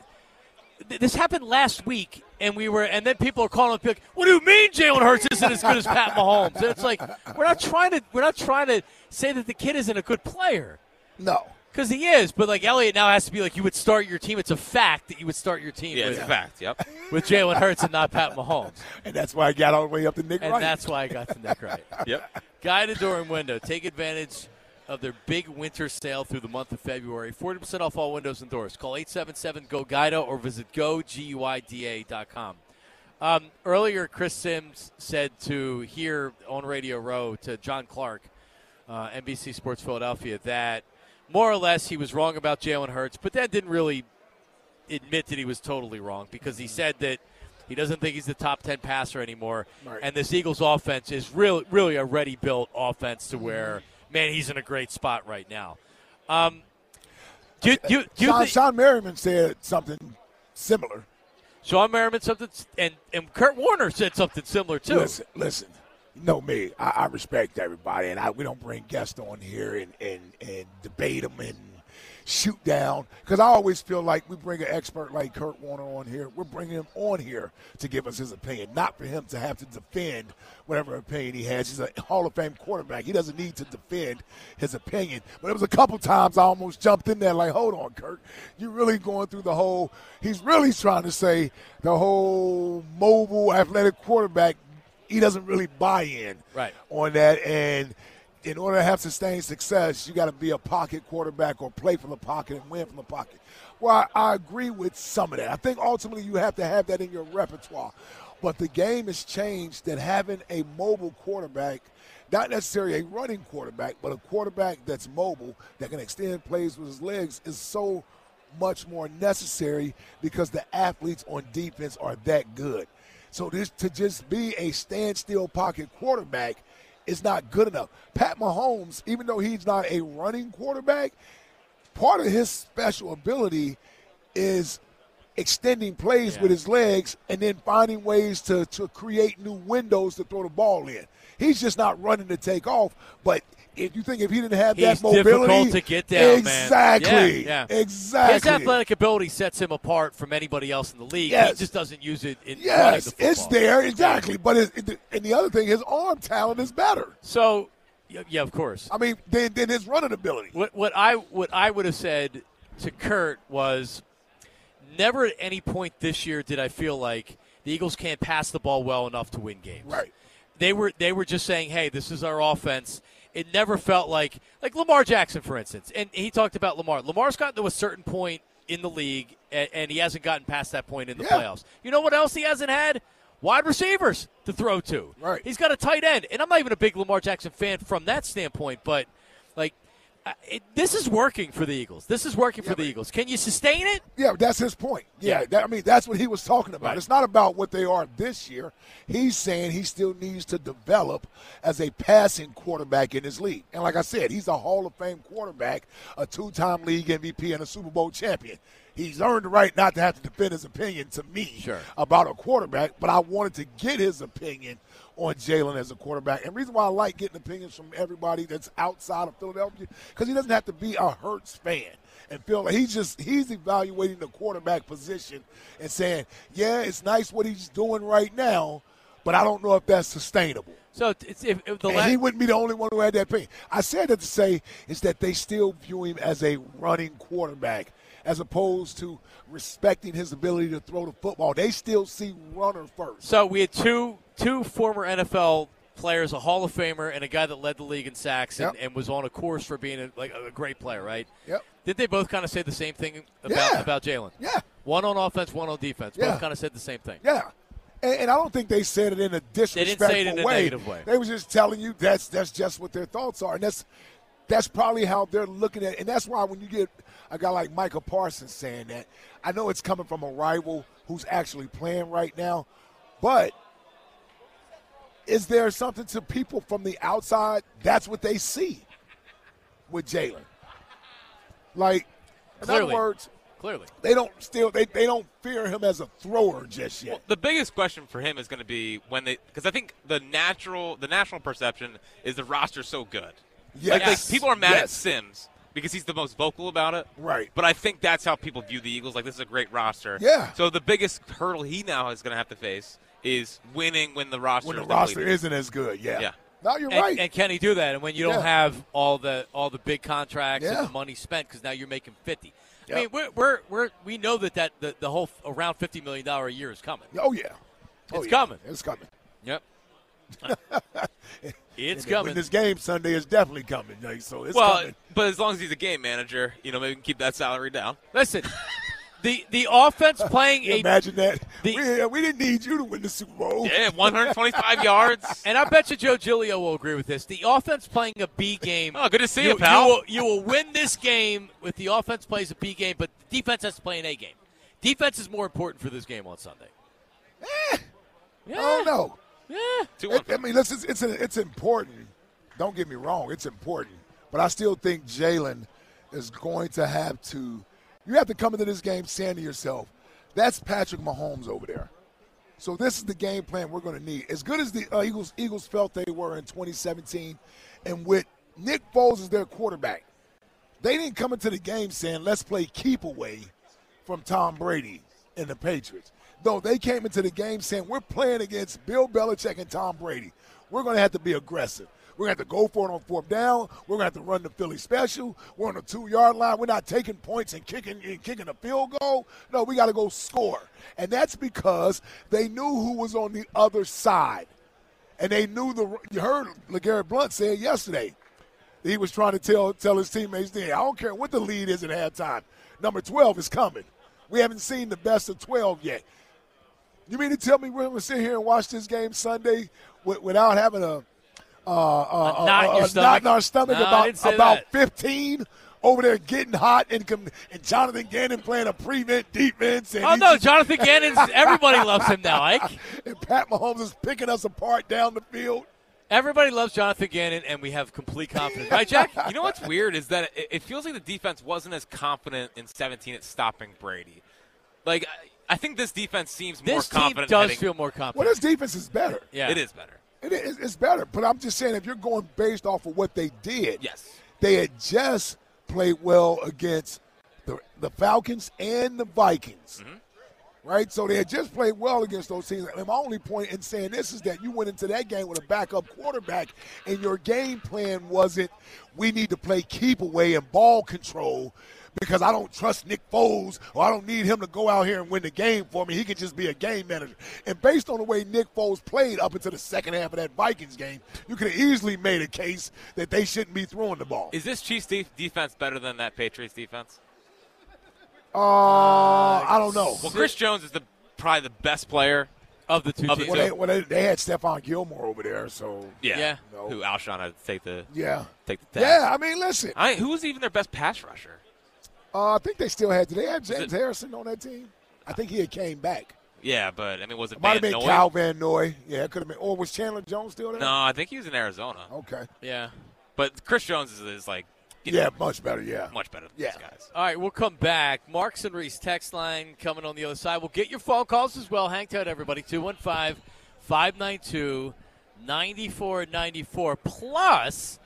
Speaker 1: th- This happened last week, and we were, and then people are calling up, like, "What do you mean Jalen Hurts isn't as good as Pat Mahomes?" And it's like we're not trying to. We're not trying to say that the kid isn't a good player
Speaker 3: no.
Speaker 1: because he is. But like Elliott now has to be like, you would start your team. It's a fact that you would start your team
Speaker 2: Yeah, it's
Speaker 1: with,
Speaker 2: a fact. Yep.
Speaker 1: with Jalen Hurts and not Pat Mahomes,
Speaker 3: And that's why I got all the way up to Nick
Speaker 1: and
Speaker 3: Wright.
Speaker 1: that's why I got the neck right.
Speaker 2: Yep.
Speaker 1: Guided door and window. Take advantage of their big winter sale through the month of February. 40% off all windows and doors. Call 877-GO-GUIDA or visit goguida.com. Um, earlier, Chris Sims said to here on Radio Row to John Clark, uh, NBC Sports Philadelphia, that more or less he was wrong about Jalen Hurts, but then didn't really admit that he was totally wrong because he said that he doesn't think he's the top 10 passer anymore.
Speaker 3: Right.
Speaker 1: And this Eagles offense is really, really a ready built offense to where, man, he's in a great spot right now. Um, do, do, do you
Speaker 3: Sean,
Speaker 1: think-
Speaker 3: Sean Merriman said something similar.
Speaker 1: Sean Merriman something, and, and Kurt Warner said something similar, too.
Speaker 3: Listen, listen. You know me. I, I respect everybody, and I, we don't bring guests on here and and and debate them and shoot down because I always feel like we bring an expert like Kurt Warner on here. We're bringing him on here to give us his opinion, not for him to have to defend whatever opinion he has. He's a Hall of Fame quarterback. He doesn't need to defend his opinion. But it was a couple times I almost jumped in there like, hold on, Kurt. You're really going through the whole – he's really trying to say the whole mobile athletic quarterback he doesn't really buy in
Speaker 1: Right.
Speaker 3: on that. And in order to have sustained success, you got to be a pocket quarterback or play from the pocket and win from the pocket. Well, I, I agree with some of that. I think ultimately you have to have that in your repertoire. But the game has changed that having a mobile quarterback, not necessarily a running quarterback, but a quarterback that's mobile that can extend plays with his legs is so much more necessary because the athletes on defense are that good. So this to just be a standstill pocket quarterback is not good enough. Pat Mahomes, even though he's not a running quarterback, part of his special ability is extending plays with his legs and then finding ways to, to create new windows to throw the ball in. He's just not running to take off. But if you think if he didn't have
Speaker 1: He's
Speaker 3: that mobility,
Speaker 1: difficult to get down, man.
Speaker 3: exactly,
Speaker 1: Yeah, yeah.
Speaker 3: exactly.
Speaker 1: His athletic ability sets him apart from anybody else in the league. He
Speaker 3: Yes.
Speaker 1: just doesn't use it in running the
Speaker 3: Yes,
Speaker 1: football.
Speaker 3: it's there exactly. But it, it- and the other thing, his arm talent is better.
Speaker 1: So, yeah, yeah, of course.
Speaker 3: I mean, than, than his running ability.
Speaker 1: What what I what I would have said to Kurt was never at any point this year did I feel like the Eagles can't pass the ball well enough to win games.
Speaker 3: Right.
Speaker 1: They were they were just saying, "Hey, this is our offense." It never felt like like Lamar Jackson for instance. And he talked about Lamar. Lamar's gotten to a certain point in the league and, and he hasn't gotten past that point in the
Speaker 3: Yeah.
Speaker 1: playoffs. You know what else he hasn't had? Wide receivers to throw to.
Speaker 3: Right.
Speaker 1: He's got a tight end, and I'm not even a big Lamar Jackson fan from that standpoint, but like I- it, this is working for the Eagles. This is working for the Eagles. Can you sustain it?
Speaker 3: Yeah, that's his point. Yeah,
Speaker 1: Yeah.
Speaker 3: That, I mean, that's what he was talking about.
Speaker 1: Right.
Speaker 3: It's not about what they are this year. He's saying he still needs to develop as a passing quarterback in his league. And like I said, he's a Hall of Fame quarterback, a two time league MVP, and a Super Bowl champion. He's earned the right not to have to defend his opinion to me
Speaker 1: Sure.
Speaker 3: about a quarterback, but I wanted to get his opinion on Jalen as a quarterback. And the reason why I like getting opinions from everybody that's outside of Philadelphia, because he doesn't have to be a Hurts fan and feel like he's just he's evaluating the quarterback position and saying, Yeah, it's nice what he's doing right now, but I don't know if that's sustainable.
Speaker 1: So it's, if, if the
Speaker 3: And
Speaker 1: last,
Speaker 3: he wouldn't be the only one who had that pain. I said that to say is that they still view him as a running quarterback as opposed to respecting his ability to throw the football. They still see runner first.
Speaker 1: so we had two two former NFL players, a Hall of Famer, and a guy that led the league in sacks and,
Speaker 3: Yep.
Speaker 1: and was on a course for being a, like a great player, right?
Speaker 3: Yep.
Speaker 1: Did they both kind of say the same thing about
Speaker 3: Yeah.
Speaker 1: about Jalen?
Speaker 3: Yeah.
Speaker 1: One on offense, one on defense.
Speaker 3: Yeah.
Speaker 1: Both kind of said the same thing.
Speaker 3: Yeah. And, and I don't think they said it in a disrespectful
Speaker 1: didn't say it in a
Speaker 3: way.
Speaker 1: negative way.
Speaker 3: They was just telling you that's that's just what their thoughts are, and that's that's probably how they're looking at. it. And that's why when you get a guy like Michael Parsons saying that, I know it's coming from a rival who's actually playing right now, but is there something to people from the outside? That's what they see with Jalen. Like, in
Speaker 1: Clearly.
Speaker 3: other words,
Speaker 1: Clearly.
Speaker 3: they don't still they, they don't fear him as a thrower just yet.
Speaker 2: Well, the biggest question for him is going to be when they, because I think the natural, the national perception is the roster's so good. Like, like,
Speaker 3: Yes.
Speaker 2: people are mad at
Speaker 3: Yes.
Speaker 2: Sims because he's the most vocal about it.
Speaker 3: Right.
Speaker 2: But I think that's how people view the Eagles. Like this is a great roster.
Speaker 3: Yeah.
Speaker 2: So the biggest hurdle he now is going to have to face is winning when the roster
Speaker 3: when the
Speaker 2: is
Speaker 3: roster
Speaker 2: depleted.
Speaker 3: isn't as good. Yeah.
Speaker 2: Yeah.
Speaker 3: No, you're
Speaker 1: And,
Speaker 3: right.
Speaker 1: and can he do that? And when you don't
Speaker 3: Yeah.
Speaker 1: have all the all the big contracts
Speaker 3: Yeah.
Speaker 1: and the money spent, because now you're making fifty.
Speaker 3: Yep.
Speaker 1: I mean, we're, we're, we're we know that that the, the whole f- around fifty million dollar a year is coming.
Speaker 3: oh yeah. Oh,
Speaker 1: It's
Speaker 3: yeah.
Speaker 1: coming.
Speaker 3: It's coming.
Speaker 1: Yep. it's
Speaker 3: And
Speaker 1: coming.
Speaker 3: When this game Sunday is definitely coming. Like, so it's
Speaker 2: Well,
Speaker 3: coming.
Speaker 2: but as long as he's a game manager, you know, maybe we can keep that salary down.
Speaker 1: Listen, the the offense playing
Speaker 3: Can you
Speaker 1: a
Speaker 3: Imagine that.
Speaker 1: the-
Speaker 3: we, we didn't need you to win the Super Bowl.
Speaker 2: Yeah, 125 yards.
Speaker 1: and I bet you Joe Gilio will agree with this. The offense playing a B game.
Speaker 2: Oh, good to see you,
Speaker 1: you,
Speaker 2: pal.
Speaker 1: will, you will win this game if the offense plays a B game, but the defense has to play an A game. Defense is more important for this game on Sunday.
Speaker 3: Eh. I don't know.
Speaker 1: Yeah.
Speaker 2: Two
Speaker 3: It- I mean, listen, it's it's, it's important. Don't get me wrong. It's important, but I still think Jalen is going to have to. You have to come into this game saying to yourself, "That's Patrick Mahomes over there." So this is the game plan we're going to need. As good as the uh, Eagles Eagles felt they were in 2017, and with Nick Foles as their quarterback, they didn't come into the game saying, "Let's play keep away from Tom Brady and the Patriots." No, they came into the game saying, "We're playing against Bill Belichick and Tom Brady. We're going to have to be aggressive. We're going to have to go for it on fourth down. We're going to have to run the Philly special. We're on the two yard line. We're not taking points and kicking and kicking a field goal. No, we got to go score." And that's because they knew who was on the other side, and they knew the. You heard Legarrette Blunt say it yesterday he was trying to tell tell his teammates then. I don't care what the lead is at halftime. Number 12 is coming. We haven't seen the best of 12 yet. You mean to tell me we're going to sit here and watch this game Sunday wi- without having a, uh, uh,
Speaker 1: A knot in your stomach?
Speaker 3: in our stomach
Speaker 1: No, I didn't
Speaker 3: about
Speaker 1: say
Speaker 3: about
Speaker 1: that.
Speaker 3: 15 over there getting hot and com- and Jonathan Gannon playing a prevent defense and,
Speaker 1: Oh
Speaker 3: he's
Speaker 1: no,
Speaker 3: just-
Speaker 1: Jonathan Gannon's everybody loves him now, Ike.
Speaker 3: and Pat Mahomes is picking us apart down the field.
Speaker 1: Everybody loves Jonathan Gannon and we have complete confidence. Right, Jack?
Speaker 2: You know what's weird is that it, it feels like the defense wasn't as confident in 17 at stopping Brady. Like I, I think this defense seems more
Speaker 1: This team
Speaker 2: confident.
Speaker 1: does
Speaker 2: heading-
Speaker 1: feel more confident.
Speaker 3: Well, this defense is better.
Speaker 1: yeah,
Speaker 2: It is better.
Speaker 3: It is, it's better. But I'm just saying, if you're going based off of what they did,
Speaker 2: Yes.
Speaker 3: they had just played well against the, the Falcons and the Vikings. Right? So they had just played well against those teams. And my only point in saying this is that you went into that game with a backup quarterback, and your game plan wasn't we need to play keep away and ball control because I don't trust Nick Foles or I don't need him to go out here and win the game for me. He could just be a game manager. And based on the way Nick Foles played up until the second half of that Vikings game, you could have easily made a case that they shouldn't be throwing the ball.
Speaker 2: Is this Chiefs de- defense better than that Patriots defense?
Speaker 3: Uh, I don't know.
Speaker 2: Well, Chris Jones is the probably the best player.
Speaker 1: of the two
Speaker 2: Of the
Speaker 1: teams.
Speaker 3: Well, they, well, they, they had Stephon Gilmore over there, so
Speaker 2: Yeah.
Speaker 1: Yeah.
Speaker 3: No.
Speaker 2: Who Alshon had to take the
Speaker 3: yeah,
Speaker 2: take the tag.
Speaker 3: yeah. I mean, listen,
Speaker 2: I, who was even their best pass rusher?
Speaker 3: uh, I think they still had. Did they have James
Speaker 2: it-
Speaker 3: Harrison on that team? I think he had came back.
Speaker 2: Yeah, but I mean, was it
Speaker 3: Might have
Speaker 2: Van
Speaker 3: been
Speaker 2: Noy?
Speaker 3: Cal Van Noy. Yeah, it could have been. Or was Chandler Jones still there?
Speaker 2: No, I think he was in Arizona.
Speaker 3: Okay.
Speaker 1: yeah.
Speaker 2: But Chris Jones is, is like you know,
Speaker 3: Yeah, much better. Yeah.
Speaker 2: much better than
Speaker 3: Yeah.
Speaker 2: these guys.
Speaker 1: All right, we'll come back. Marks and Reese text line coming on the other side. We'll get your phone calls as well. Hang tight, everybody. 215 592 9494. Plus,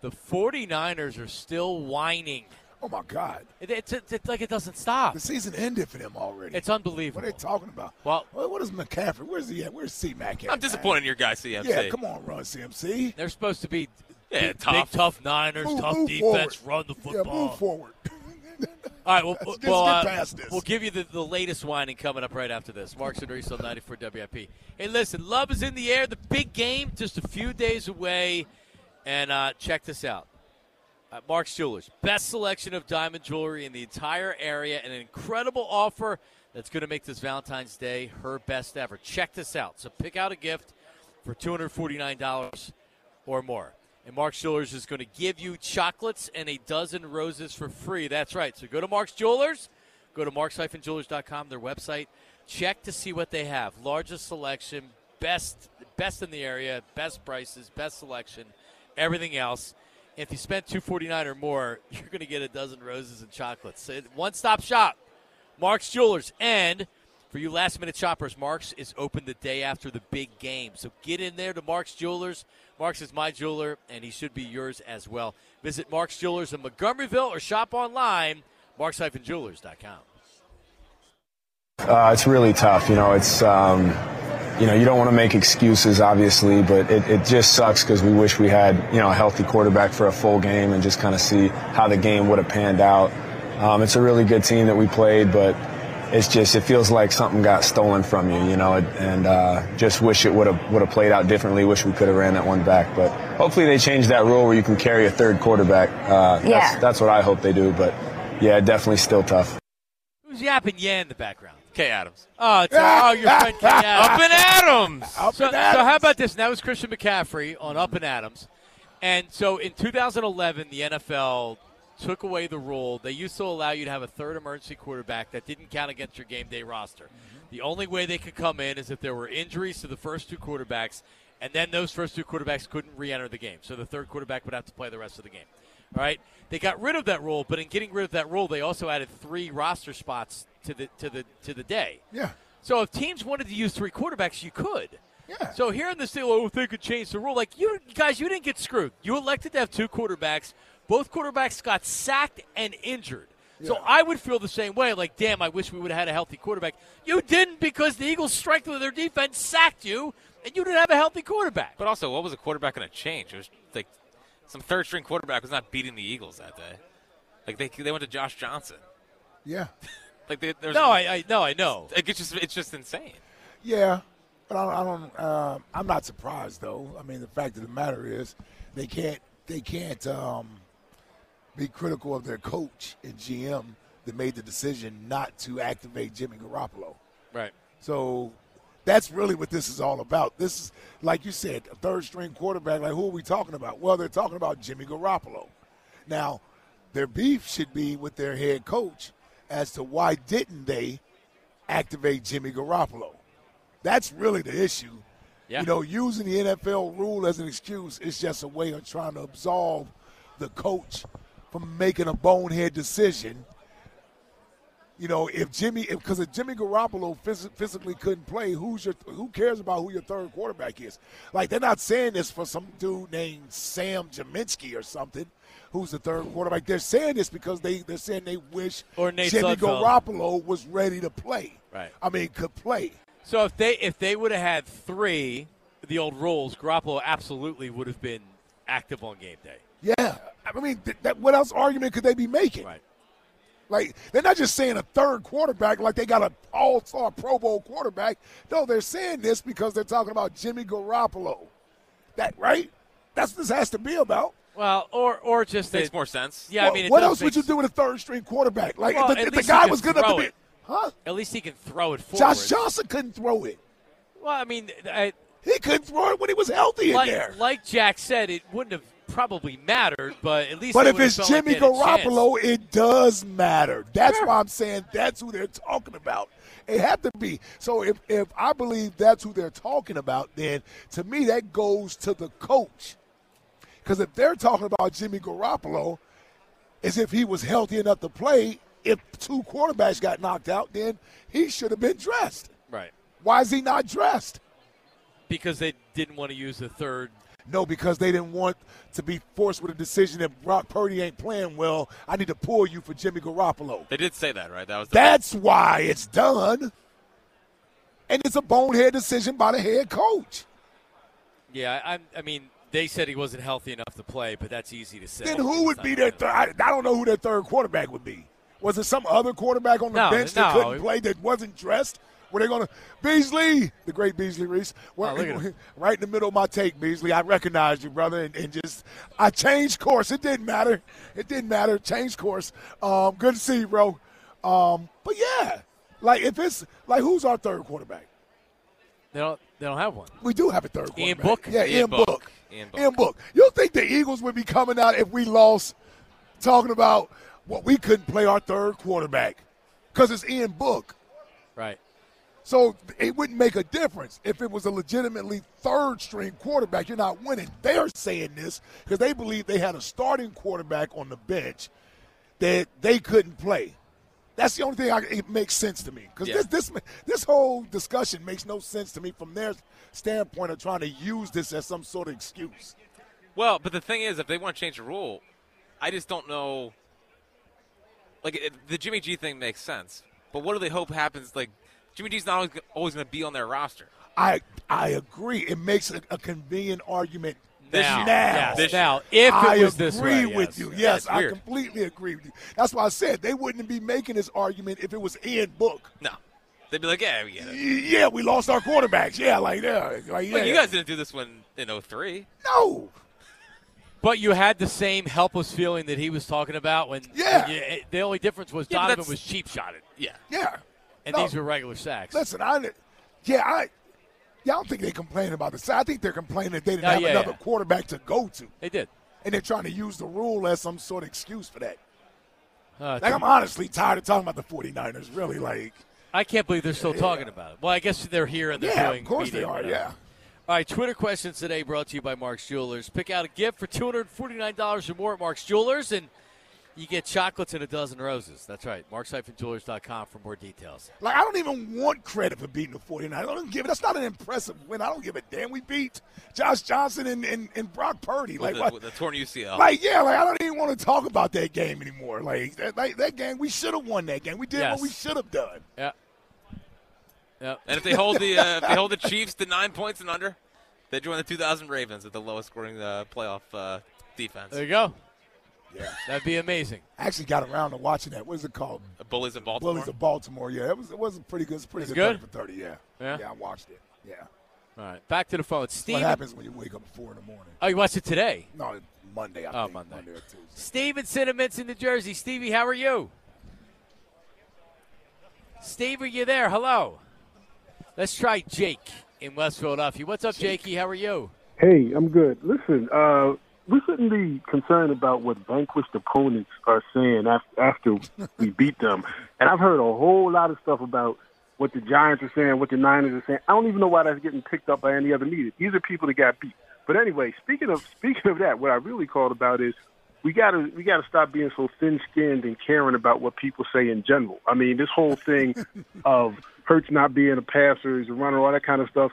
Speaker 1: the 49ers are still whining.
Speaker 3: Oh my God,
Speaker 1: It, it's, it's, it's like it doesn't stop.
Speaker 3: the season ended for them already.
Speaker 1: It's
Speaker 3: what
Speaker 1: unbelievable.
Speaker 3: are they talking about?
Speaker 1: Well-
Speaker 3: what, what is McCaffrey? Where's he at? Where's C Mac at?
Speaker 2: I'm disappointed in your guy, CMC.
Speaker 3: man? Yeah, come on, run CMC.
Speaker 1: They're supposed to be
Speaker 2: Yeah,
Speaker 1: big,
Speaker 2: tough.
Speaker 1: big, tough Niners,
Speaker 3: Move-
Speaker 1: tough
Speaker 3: move
Speaker 1: defense,
Speaker 3: forward.
Speaker 1: run the
Speaker 3: Yeah,
Speaker 1: football.
Speaker 3: move forward.
Speaker 1: All right, well,
Speaker 3: Let's just
Speaker 1: well,
Speaker 3: get
Speaker 1: uh,
Speaker 3: past this.
Speaker 1: we'll give you the, the latest whining coming up right after this. Mark Sidoriso, 94 WIP. Hey, listen, love is in the air. The big game just a few days away. And uh, check this out. Uh, Mark's Jewelers, best selection of diamond jewelry in the entire area, and an incredible offer that's going to make this Valentine's Day her best ever. Check this out. So pick out a gift for $249 or more. And Mark's Jewelers is going to give you chocolates and a dozen roses for free. That's right. So go to Mark's Jewelers, go to marks-jewelers.com, their website. Check to see what they have. Largest selection, best best in the area, best prices, best selection, everything else. And if you spent 249 or more, you're going to get a dozen roses and chocolates. So it- One-stop shop. Mark's Jewelers. And for you last minute shoppers, Mark's is open the day after the big game. So get in there to Mark's Jewelers. Mark's is my jeweler, and he should be yours as well. Visit Mark's Jewelers in Montgomeryville or shop online, marks-jewelers.com.
Speaker 5: Uh, it's really tough. You know, it's, um, you know, you don't want to make excuses, obviously, but it, it just sucks because we wish we had, you know, a healthy quarterback for a full game and just kind of see how the game would have panned out. Um, it's a really good team that we played, but it's just, it feels like something got stolen from you, you know, and- and uh, just wish it would have would have played out differently. Wish we could have ran that one back, but hopefully they change that rule where you can carry a third quarterback. Uh,
Speaker 6: Yeah.
Speaker 5: that's, that's what I hope they do, but yeah, definitely still tough.
Speaker 1: Who's yapping yeah in the background?
Speaker 2: Kay Adams.
Speaker 1: Oh, it's oh your friend Kay Adams.
Speaker 2: Up and Adams.
Speaker 1: so, so how about this? And that was Christian McCaffrey on Up and Adams. And so in 2011, the NFL took away the rule. They used to allow you to have a third emergency quarterback that didn't count against your game day roster. The only way they could come in is if there were injuries to the first two quarterbacks, and then those first two quarterbacks couldn't re enter the game. So the third quarterback would have to play the rest of the game. All right, they got rid of that rule, but in getting rid of that rule, they also added three roster spots to the to the to the day.
Speaker 3: Yeah.
Speaker 1: So if teams wanted to use three quarterbacks, you could.
Speaker 3: Yeah.
Speaker 1: So here in the deal, oh, if they could change the rule, like you guys, you didn't get screwed. You elected to have two quarterbacks. Both quarterbacks got sacked and injured. So I would feel the same way. Like, damn, I wish we would have had a healthy quarterback. You didn't because the Eagles' strength of their defense sacked you, and you didn't have a healthy quarterback.
Speaker 2: But also, what was a quarterback going to change? It was like some third string quarterback was not beating the Eagles that day. Like they they went to Josh Johnson.
Speaker 3: Yeah.
Speaker 2: Like they, there's
Speaker 1: No, I, I no, I know.
Speaker 2: like it's just it's just insane.
Speaker 3: Yeah, but I, I don't. Uh, I'm not surprised though. I mean, the fact of the matter is, they can't. They can't um, be critical of their coach and GM that made the decision not to activate Jimmy Garoppolo.
Speaker 1: Right.
Speaker 3: So that's really what this is all about. This is, like you said, a third string quarterback. Like, who are we talking about? Well, they're talking about Jimmy Garoppolo. Now, their beef should be with their head coach as to why didn't they activate Jimmy Garoppolo? That's really the issue.
Speaker 1: Yeah.
Speaker 3: You know, using the NFL rule as an excuse is just a way of trying to absolve the coach from making a bonehead decision you know, if Jimmy, because if, if, Jimmy Garoppolo phys- physically couldn't play, who's your, who cares about who your third quarterback is? Like they're not saying this for some dude named Sam Jaminski or something, who's the third quarterback. They're saying this because they they're saying they wish
Speaker 1: Or Nate
Speaker 3: Jimmy
Speaker 1: Sudfeld.
Speaker 3: Garoppolo was ready to play.
Speaker 1: Right.
Speaker 3: I mean, could play.
Speaker 1: So if they if they would have had three, the old rules, Garoppolo absolutely would have been active on game day.
Speaker 3: Yeah. I mean, th- that, what else argument could they be making?
Speaker 1: Right.
Speaker 3: Like they're not just saying a third quarterback, like they got an all-star Pro Bowl quarterback. No, they're saying this because they're talking about Jimmy Garoppolo. That right? That's what this has to be about.
Speaker 1: Well, or or just
Speaker 2: makes
Speaker 1: that,
Speaker 2: more sense.
Speaker 1: yeah.
Speaker 3: Well,
Speaker 1: I mean, it
Speaker 3: what
Speaker 1: does
Speaker 3: else would
Speaker 1: make
Speaker 3: you do with a third-string quarterback? Like
Speaker 1: Well,
Speaker 3: if the,
Speaker 1: at
Speaker 3: if the
Speaker 1: least he
Speaker 3: guy
Speaker 1: could
Speaker 3: was good enough to
Speaker 1: throw
Speaker 3: be,
Speaker 1: it.
Speaker 3: huh?
Speaker 1: At least he can throw it forward.
Speaker 3: Josh Johnson couldn't throw it.
Speaker 1: Well, I mean, I,
Speaker 3: He couldn't throw it when he was healthy in there.
Speaker 1: like, like Jack said, it wouldn't have probably mattered, but at least.
Speaker 3: But
Speaker 1: they
Speaker 3: if
Speaker 1: would have
Speaker 3: it's
Speaker 1: felt like
Speaker 3: Jimmy
Speaker 1: they had a chance.
Speaker 3: Garoppolo, it does matter. That's why I'm saying that's who they're talking about. It had to be. So if, if I believe that's who they're talking about, then to me that goes to the coach. Because if they're talking about Jimmy Garoppolo, as if he was healthy enough to play, if two quarterbacks got knocked out, then he should have been dressed.
Speaker 1: right?
Speaker 3: Why is he not dressed?
Speaker 1: Because they didn't want to use the third.
Speaker 3: No, because they didn't want to be forced with a decision if Brock Purdy ain't playing well, I need to pull you for Jimmy Garoppolo.
Speaker 2: They did say that, right? That was the
Speaker 3: That's why it's done. And it's a bonehead decision by the head coach.
Speaker 1: Yeah, I, I'm- I mean, they said he wasn't healthy enough to play, but that's easy to say.
Speaker 3: Then who would be their third? I, I don't know who their third quarterback would be. Was it some other quarterback on the
Speaker 1: No,
Speaker 3: bench that
Speaker 1: no.
Speaker 3: couldn't play that wasn't dressed? Were they going to Beasley, the great Beasley Reese? Well,
Speaker 1: Oh, look at him.
Speaker 3: right in the middle of my take, Beasley. I recognized you, brother, and, and just I changed course. It didn't matter. It didn't matter. Changed course. Um, good to see you, bro. Um, but yeah, like if it's like who's our third quarterback?
Speaker 1: They don't. They don't have one.
Speaker 3: We do have a third quarterback.
Speaker 1: Ian Book?
Speaker 3: Yeah,
Speaker 2: Ian
Speaker 3: Ian Book.
Speaker 2: Book.
Speaker 3: Ian
Speaker 2: Ian
Speaker 3: Book.
Speaker 2: Book.
Speaker 3: You think the Eagles would be coming out if we lost talking about what we couldn't play our third quarterback because it's Ian Book.
Speaker 1: Right.
Speaker 3: So it wouldn't make a difference if it was a legitimately third string quarterback. You're not winning. They're saying this because they believe they had a starting quarterback on the bench that they couldn't play. That's the only thing I, it makes sense to me because
Speaker 2: Yeah.
Speaker 3: this, this this whole discussion makes no sense to me from their standpoint of trying to use this as some sort of excuse.
Speaker 2: Well, but the thing is, if they want to change the rule, I just don't know. Like it, the Jimmy G thing makes sense, but what do they hope happens? Like Jimmy G's not always, always going to be on their roster.
Speaker 3: I I agree. It makes a, a convenient argument
Speaker 2: This
Speaker 1: now,
Speaker 2: year.
Speaker 1: yes,
Speaker 2: This year.
Speaker 1: now, if
Speaker 3: I
Speaker 1: it was
Speaker 3: agree
Speaker 1: this way,
Speaker 3: with
Speaker 1: yes.
Speaker 3: you.
Speaker 2: Yeah,
Speaker 3: Yes,
Speaker 2: it's
Speaker 3: I
Speaker 2: weird.
Speaker 3: completely agree with you. That's why I said they wouldn't be making this argument if it was Ian Book.
Speaker 2: No, they'd be like, yeah, we get
Speaker 3: Y-
Speaker 2: it.
Speaker 3: Yeah, we lost our quarterbacks. Yeah, like yeah, like yeah.
Speaker 2: Like, you guys didn't do this one in 03.
Speaker 3: no.
Speaker 1: But you had the same helpless feeling that he was talking about when.
Speaker 3: Yeah.
Speaker 1: when you- it- the only difference was
Speaker 2: Yeah, but
Speaker 1: Donovan
Speaker 2: that's-
Speaker 1: was cheap shotted,
Speaker 2: Yeah,
Speaker 3: Yeah.
Speaker 1: and
Speaker 3: No.
Speaker 1: these were regular sacks.
Speaker 3: Listen, I yeah, I yeah, I don't think they complain about this. I think they're complaining that they didn't
Speaker 1: No,
Speaker 3: have
Speaker 1: yeah,
Speaker 3: another
Speaker 1: yeah.
Speaker 3: quarterback to go to,
Speaker 1: they did.
Speaker 3: and they're trying to use the rule as some sort of excuse for that.
Speaker 1: Uh,
Speaker 3: Like I'm honestly tired of talking about the 49ers. Really, like
Speaker 1: I can't believe they're still talking about it. Well, I guess they're here and they're
Speaker 3: yeah,
Speaker 1: doing.
Speaker 3: of course
Speaker 1: media
Speaker 3: they
Speaker 1: and
Speaker 3: are.
Speaker 1: whatever.
Speaker 3: Yeah.
Speaker 1: All right, Twitter questions today brought to you by Mark's Jewelers. Pick out a gift for $249 or more at Mark's Jewelers, and you get chocolates and a dozen roses. That's right, marks-jewelers.com for more details.
Speaker 3: Like, I don't even want credit for beating the 49ers. I don't give it. That's not an impressive win. I don't give a damn. We beat Josh Johnson and, and, and Brock Purdy. Like,
Speaker 2: with, the,
Speaker 3: what?
Speaker 2: with the torn
Speaker 1: oh.
Speaker 2: UCL.
Speaker 3: like, yeah, like, I don't even want to talk about that game anymore. Like, that, like, that game, we should have won that game. We did what
Speaker 1: Yes.
Speaker 3: we should have done.
Speaker 1: Yeah. Yeah.
Speaker 2: and if they hold the uh, if they hold the Chiefs to nine points and under, they join the 2000 Ravens at the lowest scoring uh, playoff uh, defense.
Speaker 1: There you go.
Speaker 3: Yeah.
Speaker 1: That'd be amazing.
Speaker 3: I actually got around to watching that. What is it called?
Speaker 2: The Bullies in Baltimore.
Speaker 3: Bullies of Baltimore. Yeah, it was, it was pretty good. It's pretty
Speaker 1: It's
Speaker 3: good,
Speaker 1: good?
Speaker 3: 30 for 30, yeah.
Speaker 1: Yeah?
Speaker 3: I watched it. Yeah.
Speaker 1: All right, back to the phone.
Speaker 3: What
Speaker 1: Steven.
Speaker 3: happens when you wake up at 4 in the morning?
Speaker 1: Oh, you watched it today.
Speaker 3: No, it's Monday,
Speaker 1: Oh,
Speaker 3: I think.
Speaker 1: Monday.
Speaker 3: or Tuesday.
Speaker 1: Steven Cinnamons in New Jersey. Stevie, how are you? Steve, are you there? Hello. Let's try Jake in West Philadelphia. What's up, Jakey? How are you?
Speaker 6: Hey, I'm good. Listen, uh, we shouldn't be concerned about what vanquished opponents are saying af- after we beat them. And I've heard a whole lot of stuff about what the Giants are saying, what the Niners are saying. I don't even know why that's getting picked up by any other media. These are people that got beat. But anyway, speaking of speaking of that, what I really called about is we gotta we gotta stop being so thin skinned and caring about what people say in general. I mean, this whole thing of Hurts not being a passer, he's a runner, all that kind of stuff.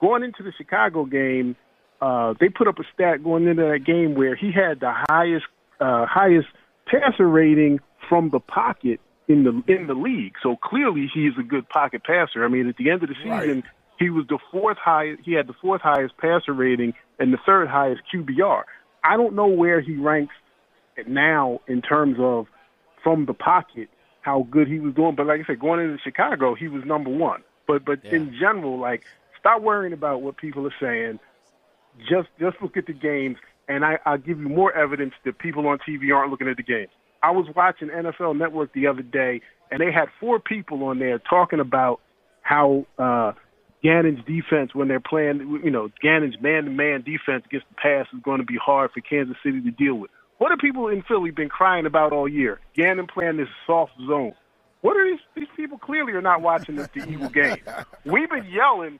Speaker 6: Going into the Chicago game, uh, they put up a stat going into that game where he had the highest uh, highest passer rating from the pocket in the in the league. So clearly, he's a good pocket passer. I mean, at the end of the season, he was the fourth highest. He had the fourth highest passer rating and the third highest QBR. I don't know where he ranks now in terms of from the pocket how good he was doing. But like I said, going into Chicago, he was number one. But but in general, like stop worrying about what people are saying. Just just look at the games, and I, I'll give you more evidence that people on TV aren't looking at the games. I was watching NFL Network the other day, and they had four people on there talking about how uh, Gannon's defense, when they're playing, you know, Gannon's man-to-man defense against the pass is going to be hard for Kansas City to deal with. What have people in Philly been crying about all year? Gannon playing this soft zone. What are these, these people clearly are not watching this the evil game? We've been yelling,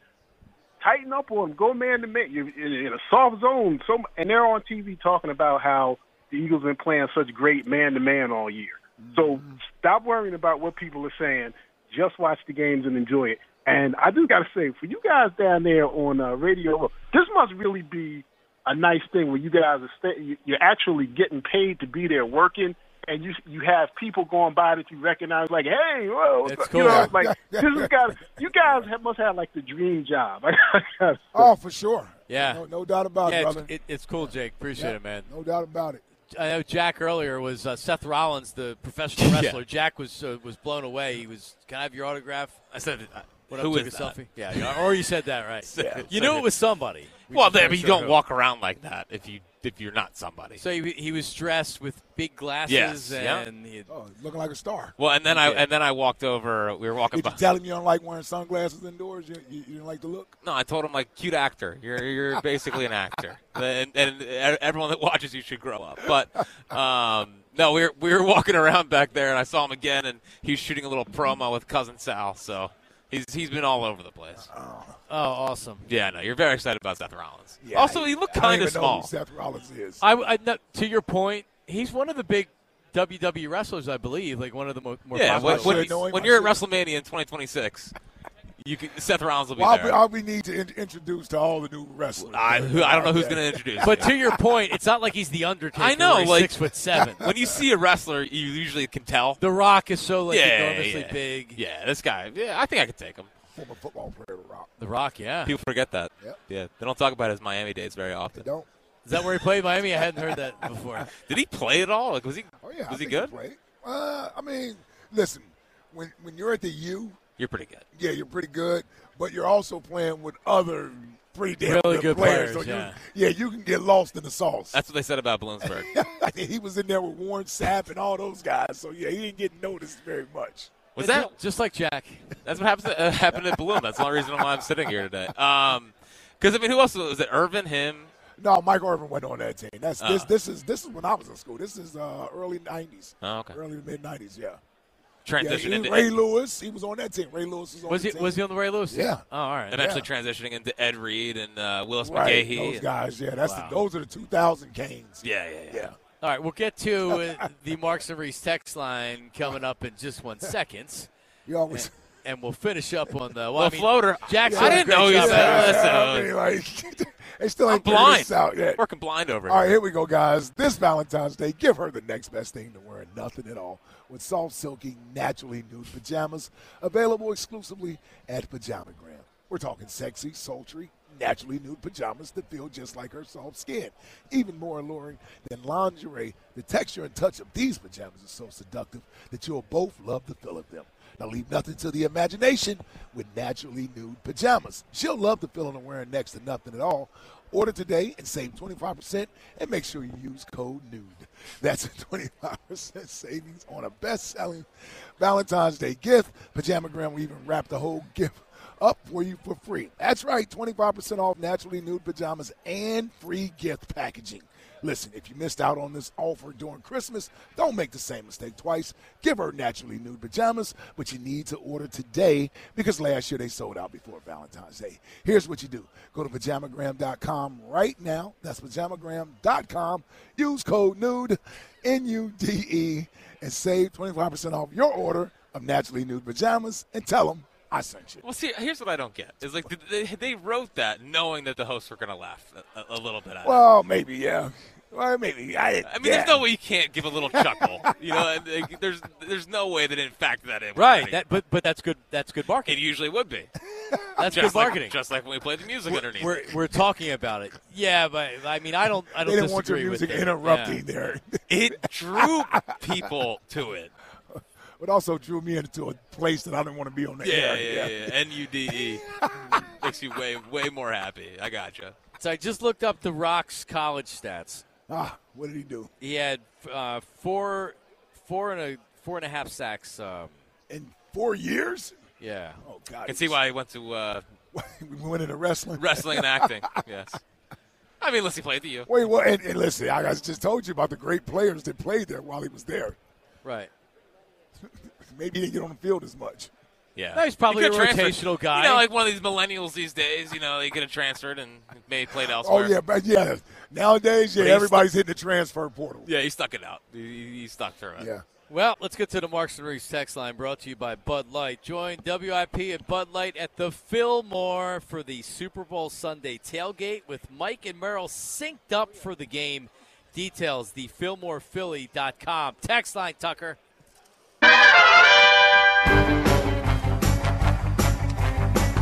Speaker 6: tighten up on them, go man to man. You're in, in a soft zone, so and they're on TV talking about how the Eagles been playing such great man to man all year. So
Speaker 1: Mm-hmm.
Speaker 6: stop worrying about what people are saying. Just watch the games and enjoy it. And I just got to say, for you guys down there on uh, radio, this must really be a nice thing where you guys are sta- you- you're actually getting paid to be there working, and you you have people going by that you recognize, like, hey, whoa,
Speaker 1: That's
Speaker 6: you know,
Speaker 1: cool.
Speaker 6: like this is guys. You guys have, must have like the dream job.
Speaker 3: Oh, for sure.
Speaker 1: Yeah.
Speaker 3: No, no doubt about it,
Speaker 1: Yeah,
Speaker 3: brother.
Speaker 1: it's, it, it's cool, Jake. Appreciate
Speaker 3: Yeah,
Speaker 1: it, man.
Speaker 3: No doubt about it.
Speaker 1: I know Jack earlier was uh, Seth Rollins, the professional wrestler. Jack was uh, was blown away. He was, "Can I have your autograph?"
Speaker 2: I said, uh,
Speaker 1: What
Speaker 2: who
Speaker 1: up, took
Speaker 2: is
Speaker 1: a
Speaker 2: that?
Speaker 1: selfie? Yeah, you- or you said that right.
Speaker 2: Yeah.
Speaker 1: You knew it was somebody. We
Speaker 2: Well,
Speaker 1: just
Speaker 2: I
Speaker 1: weren't
Speaker 2: mean, you
Speaker 1: sure
Speaker 2: don't
Speaker 1: who.
Speaker 2: walk around like that if you if you're not somebody.
Speaker 1: So he, he was dressed with big glasses
Speaker 2: Yes, yeah.
Speaker 1: and he,
Speaker 3: Oh, looking like a star.
Speaker 2: Well, and then I
Speaker 1: Yeah.
Speaker 2: and then I walked over. We were walking
Speaker 3: Did you
Speaker 2: by.
Speaker 3: tell him you don't like wearing sunglasses indoors? You, you, you didn't like the look?
Speaker 2: No, I told him like cute actor. You're you're basically an actor, and and everyone that watches you should grow up. But um, no, we were we were walking around back there, and I saw him again, and he was shooting a little promo with cousin Sal. So he's he's been all over the place.
Speaker 3: Uh-huh.
Speaker 1: oh, awesome.
Speaker 2: Yeah, no, you're very excited about Seth Rollins.
Speaker 3: Yeah,
Speaker 2: also, he looked
Speaker 3: I don't
Speaker 2: kind of
Speaker 3: even know who
Speaker 2: small.
Speaker 3: Seth Rollins is.
Speaker 1: I, I no, to your point, he's one of the big WWE wrestlers, I believe, like one of the mo- more
Speaker 2: Yeah,
Speaker 1: popular
Speaker 2: when,
Speaker 3: I
Speaker 1: ones.
Speaker 2: when,
Speaker 3: should know him,
Speaker 2: when
Speaker 3: I
Speaker 2: you're at
Speaker 3: should.
Speaker 2: WrestleMania in 2026, you can, Seth Rollins will be
Speaker 3: well, I'll, be,
Speaker 2: there.
Speaker 3: I'll be need to in, introduce to all the new wrestlers.
Speaker 2: I, who, I don't know who's going to introduce.
Speaker 1: but to your point, it's not like he's the Undertaker.
Speaker 2: I know,
Speaker 1: where he's
Speaker 2: like-
Speaker 1: six foot seven.
Speaker 2: when you see a wrestler, you usually can tell.
Speaker 1: the Rock is so like
Speaker 2: yeah,
Speaker 1: enormously
Speaker 2: yeah.
Speaker 1: big.
Speaker 2: Yeah, this guy. Yeah, I think I could take him.
Speaker 3: Former football player, The Rock.
Speaker 1: The Rock, yeah.
Speaker 2: People forget that.
Speaker 3: Yep.
Speaker 2: Yeah, they don't talk about his Miami days very often.
Speaker 3: Don't.
Speaker 1: Is that where he played Miami? I hadn't heard that before.
Speaker 2: Did he play at all? Like, was he?
Speaker 3: Oh yeah. I
Speaker 2: was he
Speaker 3: think
Speaker 2: good?
Speaker 3: played. Uh, I mean, listen, when when you're at the U,
Speaker 2: You're pretty good.
Speaker 3: yeah, you're pretty good, but you're also playing with other pretty damn
Speaker 1: Really good
Speaker 3: players.
Speaker 1: players,
Speaker 3: so
Speaker 1: yeah.
Speaker 3: You, yeah, you can get lost in the sauce.
Speaker 2: That's what they said about Bloomsburg.
Speaker 3: he was in there with Warren Sapp and all those guys, so yeah, he didn't get noticed very much.
Speaker 2: Was that?
Speaker 1: just like Jack?
Speaker 2: That's what happens. uh, happened at Bloom. That's the only reason why I'm sitting here today. Um, because I mean, who else was it? Irvin, him.
Speaker 3: No, Mike Irvin wasn't on that team. That's this.
Speaker 2: Uh.
Speaker 3: This is this is when I was in school. This is uh, early '90s,
Speaker 2: Oh, okay.
Speaker 3: early to mid '90s. Yeah, yeah.
Speaker 2: Transitioned
Speaker 3: He,
Speaker 2: into
Speaker 3: Ray Lewis, he was on that team. Ray Lewis was on
Speaker 1: Was
Speaker 3: the
Speaker 1: he
Speaker 3: team.
Speaker 1: was he on the Ray Lewis?
Speaker 3: Yeah.
Speaker 1: Oh, all right.
Speaker 2: eventually transitioning into Ed Reed and uh, Willis
Speaker 3: right?
Speaker 2: McGahee.
Speaker 3: Those guys, yeah. That's
Speaker 1: Wow.
Speaker 3: the, those are the 2000 Canes.
Speaker 2: Yeah, yeah, yeah.
Speaker 3: yeah.
Speaker 1: All right, we'll get to uh, the Marks and Reese text line coming up in just one second,
Speaker 3: You always.
Speaker 1: and we'll finish up on the. Well,
Speaker 2: Well,
Speaker 1: I mean,
Speaker 2: floater.
Speaker 1: Jackson,
Speaker 2: I didn't
Speaker 1: great
Speaker 2: know he
Speaker 1: job
Speaker 2: was
Speaker 1: there.
Speaker 2: uh, listen,
Speaker 3: I mean, like, they still
Speaker 2: I'm
Speaker 3: ain't figured
Speaker 2: blind.
Speaker 3: this out yet.
Speaker 2: Working blind over
Speaker 3: All
Speaker 2: here.
Speaker 3: right, here we go, guys. This Valentine's Day, give her the next best thing to wearing nothing at all with soft, silky, naturally nude pajamas available exclusively at Pajamagram. We're talking sexy, sultry, naturally nude pajamas that feel just like her soft skin. Even more alluring than lingerie, the texture and touch of these pajamas are so seductive that you'll both love the feel of them. Now leave nothing to the imagination with naturally nude pajamas. She'll love the feeling of wearing next to nothing at all. Order today and save 25% and make sure you use code NUDE. That's a 25% savings on a best selling Valentine's Day gift. Pajamagram will even wrap the whole gift up for you for free. That's right, 25% off naturally nude pajamas and free gift packaging. Listen, if you missed out on this offer during Christmas, don't make the same mistake twice. Give her naturally nude pajamas, but you need to order today because last year they sold out before Valentine's Day. Here's what you do go to pajamagram.com right now. That's pajamagram.com. Use code NUDE, N U D E, and save 25% off your order of naturally nude pajamas and tell them I sent you.
Speaker 2: Well, see, here's what I don't get is like they, they wrote that knowing that the hosts were going to laugh a, a little bit at it.
Speaker 3: Well, maybe, yeah. Well, maybe. I,
Speaker 2: I mean, there's no way you can't give a little chuckle. You know, and, like, there's there's no way they didn't factor that in. when
Speaker 1: Right.
Speaker 2: they-
Speaker 1: That, but but that's good. That's good
Speaker 2: it
Speaker 1: marketing.
Speaker 2: usually would be.
Speaker 1: That's
Speaker 2: Just
Speaker 1: good marketing.
Speaker 2: Like, just like when we played the music underneath.
Speaker 1: we're, we're talking about it. Yeah, but I mean, I don't. I don't
Speaker 3: They didn't want your
Speaker 1: disagree with
Speaker 3: music
Speaker 1: it.
Speaker 3: interrupting
Speaker 1: Yeah.
Speaker 3: there.
Speaker 2: it drew people to it.
Speaker 3: It also drew me into a place that I didn't want to be on the
Speaker 2: Yeah,
Speaker 3: air.
Speaker 2: yeah, yeah. N U D E makes you way way more happy. I gotcha.
Speaker 1: So I just looked up the Rock's college stats.
Speaker 3: Ah, what did he do?
Speaker 1: He had uh, four, four and a four and a half sacks. Um,
Speaker 3: In four years?
Speaker 1: yeah.
Speaker 3: Oh, God.
Speaker 2: I can see why he went to uh,
Speaker 3: we went into wrestling.
Speaker 2: wrestling and acting. Yes. I mean, unless he played the U.
Speaker 3: Wait, well, and, and listen, I I just told you about the great players that played there while he was there.
Speaker 1: Right.
Speaker 3: Maybe he didn't get on the field as much.
Speaker 2: Yeah,
Speaker 1: No, he's probably
Speaker 2: He could
Speaker 1: a
Speaker 2: transfer.
Speaker 1: rotational guy.
Speaker 2: You know, like one of these millennials these days. You know, they could have transferred and maybe played
Speaker 3: Oh,
Speaker 2: elsewhere.
Speaker 3: yeah, but yeah. Nowadays, yeah,
Speaker 2: But he's-
Speaker 3: everybody's hitting the transfer portal.
Speaker 2: yeah. He stuck it out. He- He, he stuck through it.
Speaker 3: yeah.
Speaker 1: Well, let's get to the Marks and Reese text line brought to you by Bud Light. Join WIP and Bud Light at the Fillmore for the Super Bowl Sunday tailgate with Mike and Merrill synced up for the game. Details, the FillmorePhilly.com. Text line, Tucker.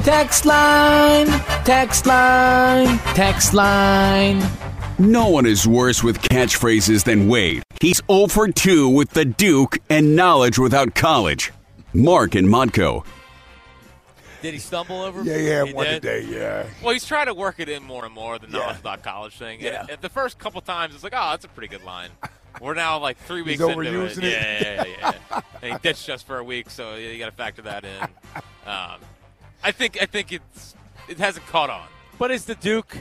Speaker 7: Text line, text line, text line.
Speaker 8: No one is worse with catchphrases than Wade. He's 0 for 2 with the Duke and knowledge without college. Mark and Montco.
Speaker 1: Did he stumble over?
Speaker 3: Yeah, yeah,
Speaker 1: He
Speaker 3: one
Speaker 1: did?
Speaker 3: today, yeah.
Speaker 2: Well, he's trying to work it in more and more the knowledge about college thing. And
Speaker 3: Yeah.
Speaker 2: at the first couple times, it's like, oh, that's a pretty good line. We're now like three
Speaker 3: He's
Speaker 2: weeks into it.
Speaker 3: overusing it.
Speaker 2: Yeah, yeah, yeah. yeah. and he ditched us for a week, so you got to factor that in. Um, I think I think it's it hasn't caught on.
Speaker 1: But is the Duke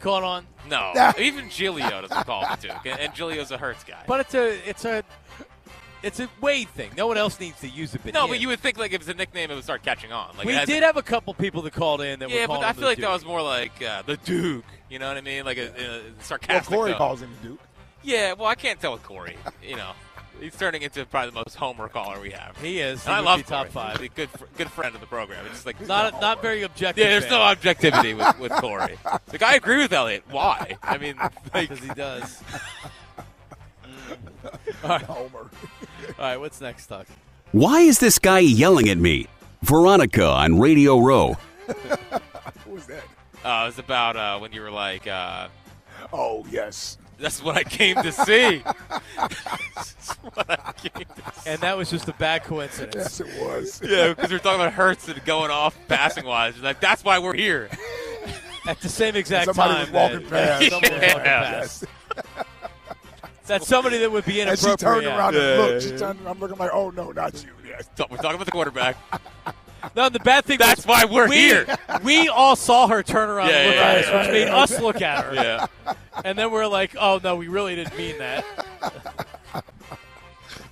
Speaker 1: caught on?
Speaker 2: No, even Gilio doesn't call him Duke, and, and Gilio's a Hertz guy.
Speaker 1: But it's a it's a it's a Wade thing. No one else needs to use it. But
Speaker 2: no,
Speaker 1: him.
Speaker 2: but you would think like if it's a nickname, it would start catching on. Like
Speaker 1: we
Speaker 2: it hasn't-
Speaker 1: did have a couple people that called in that were
Speaker 2: Yeah, but
Speaker 1: calling
Speaker 2: I
Speaker 1: him
Speaker 2: feel
Speaker 1: the
Speaker 2: like that
Speaker 1: Duke.
Speaker 2: was more like uh, the Duke. You know what I mean? Like a, in a
Speaker 3: Well,
Speaker 2: sarcastic.
Speaker 3: Corey
Speaker 2: tone.
Speaker 3: calls him Duke.
Speaker 2: Yeah, well, I can't tell with Corey. You know, he's turning into probably the most homer caller we have.
Speaker 1: He is. He
Speaker 2: And I
Speaker 1: would
Speaker 2: love
Speaker 1: be top
Speaker 2: Corey.
Speaker 1: five.
Speaker 2: He's a good, fr- good friend of the program. It's just like
Speaker 1: Not not very objective.
Speaker 2: yeah, there's no
Speaker 1: man,
Speaker 2: objectivity with, with Corey. Like I agree with Elliot. Why? I mean, like,
Speaker 1: 'cause he does.
Speaker 3: Homer.
Speaker 1: All right, what's next, Tuck?
Speaker 8: Why is this guy yelling at me? Veronica on Radio Row.
Speaker 3: Who was that?
Speaker 2: uh, it's about uh, when you were like, uh,
Speaker 3: Oh, yes.
Speaker 2: "That's what I came to see." That's what I came to see.
Speaker 1: And that was just a bad coincidence.
Speaker 3: Yes, it was.
Speaker 2: Yeah, because we're talking about Hurts and going off passing wise. Like that's why we're here.
Speaker 1: At the same exact
Speaker 3: Somebody was
Speaker 1: time,
Speaker 3: walking
Speaker 1: that- that someone was
Speaker 3: past.
Speaker 1: walking
Speaker 2: Yeah.
Speaker 1: past. That's somebody that would be
Speaker 3: And she
Speaker 1: inappropriate.
Speaker 3: turned around and looked. She turned, I'm looking like, oh, no, not you. Yes.
Speaker 2: So We're talking about the quarterback.
Speaker 1: No, the bad thing.
Speaker 2: That's
Speaker 1: was
Speaker 2: why we're
Speaker 1: we,
Speaker 2: here.
Speaker 1: We all saw her turn around,
Speaker 2: Yeah,
Speaker 1: and look
Speaker 2: yeah,
Speaker 1: at
Speaker 2: yeah,
Speaker 1: us, which
Speaker 3: yeah.
Speaker 1: made us look at her,
Speaker 2: Yeah.
Speaker 1: and then we're like, "Oh no, we really didn't mean that."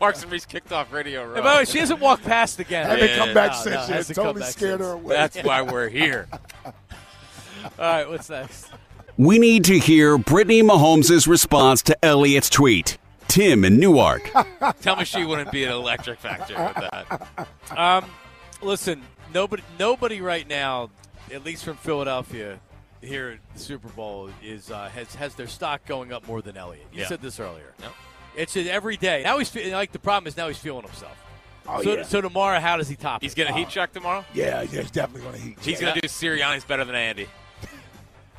Speaker 2: Marks and Reese kicked off Radio Row.
Speaker 1: And by the way, she hasn't walked past again.
Speaker 3: Haven't
Speaker 2: Yeah.
Speaker 3: come back
Speaker 1: No, no,
Speaker 3: since yet.
Speaker 1: hasn't come
Speaker 3: Totally
Speaker 1: back
Speaker 3: scared
Speaker 1: since.
Speaker 3: her away.
Speaker 2: That's why we're here.
Speaker 1: All right, what's next?
Speaker 8: We need to hear Brittany Mahomes' response to Elliot's tweet. Tim in Newark.
Speaker 2: Tell me she wouldn't be an electric factor with that.
Speaker 1: Um, listen, nobody, nobody right now, at least from Philadelphia, here at the Super Bowl is uh, has has their stock going up more than Elliott. You
Speaker 2: Yeah.
Speaker 1: said this earlier.
Speaker 2: Yep.
Speaker 1: It's in every day. Now he's fe- like the problem is now he's feeling himself.
Speaker 3: oh,
Speaker 1: so,
Speaker 3: yeah.
Speaker 1: so tomorrow, how does he top?
Speaker 2: He's
Speaker 1: it?
Speaker 2: going to heat check tomorrow?
Speaker 3: yeah, yeah, he's definitely going to heat.
Speaker 2: He's
Speaker 3: check.
Speaker 2: going to do Sirianni's better than Andy.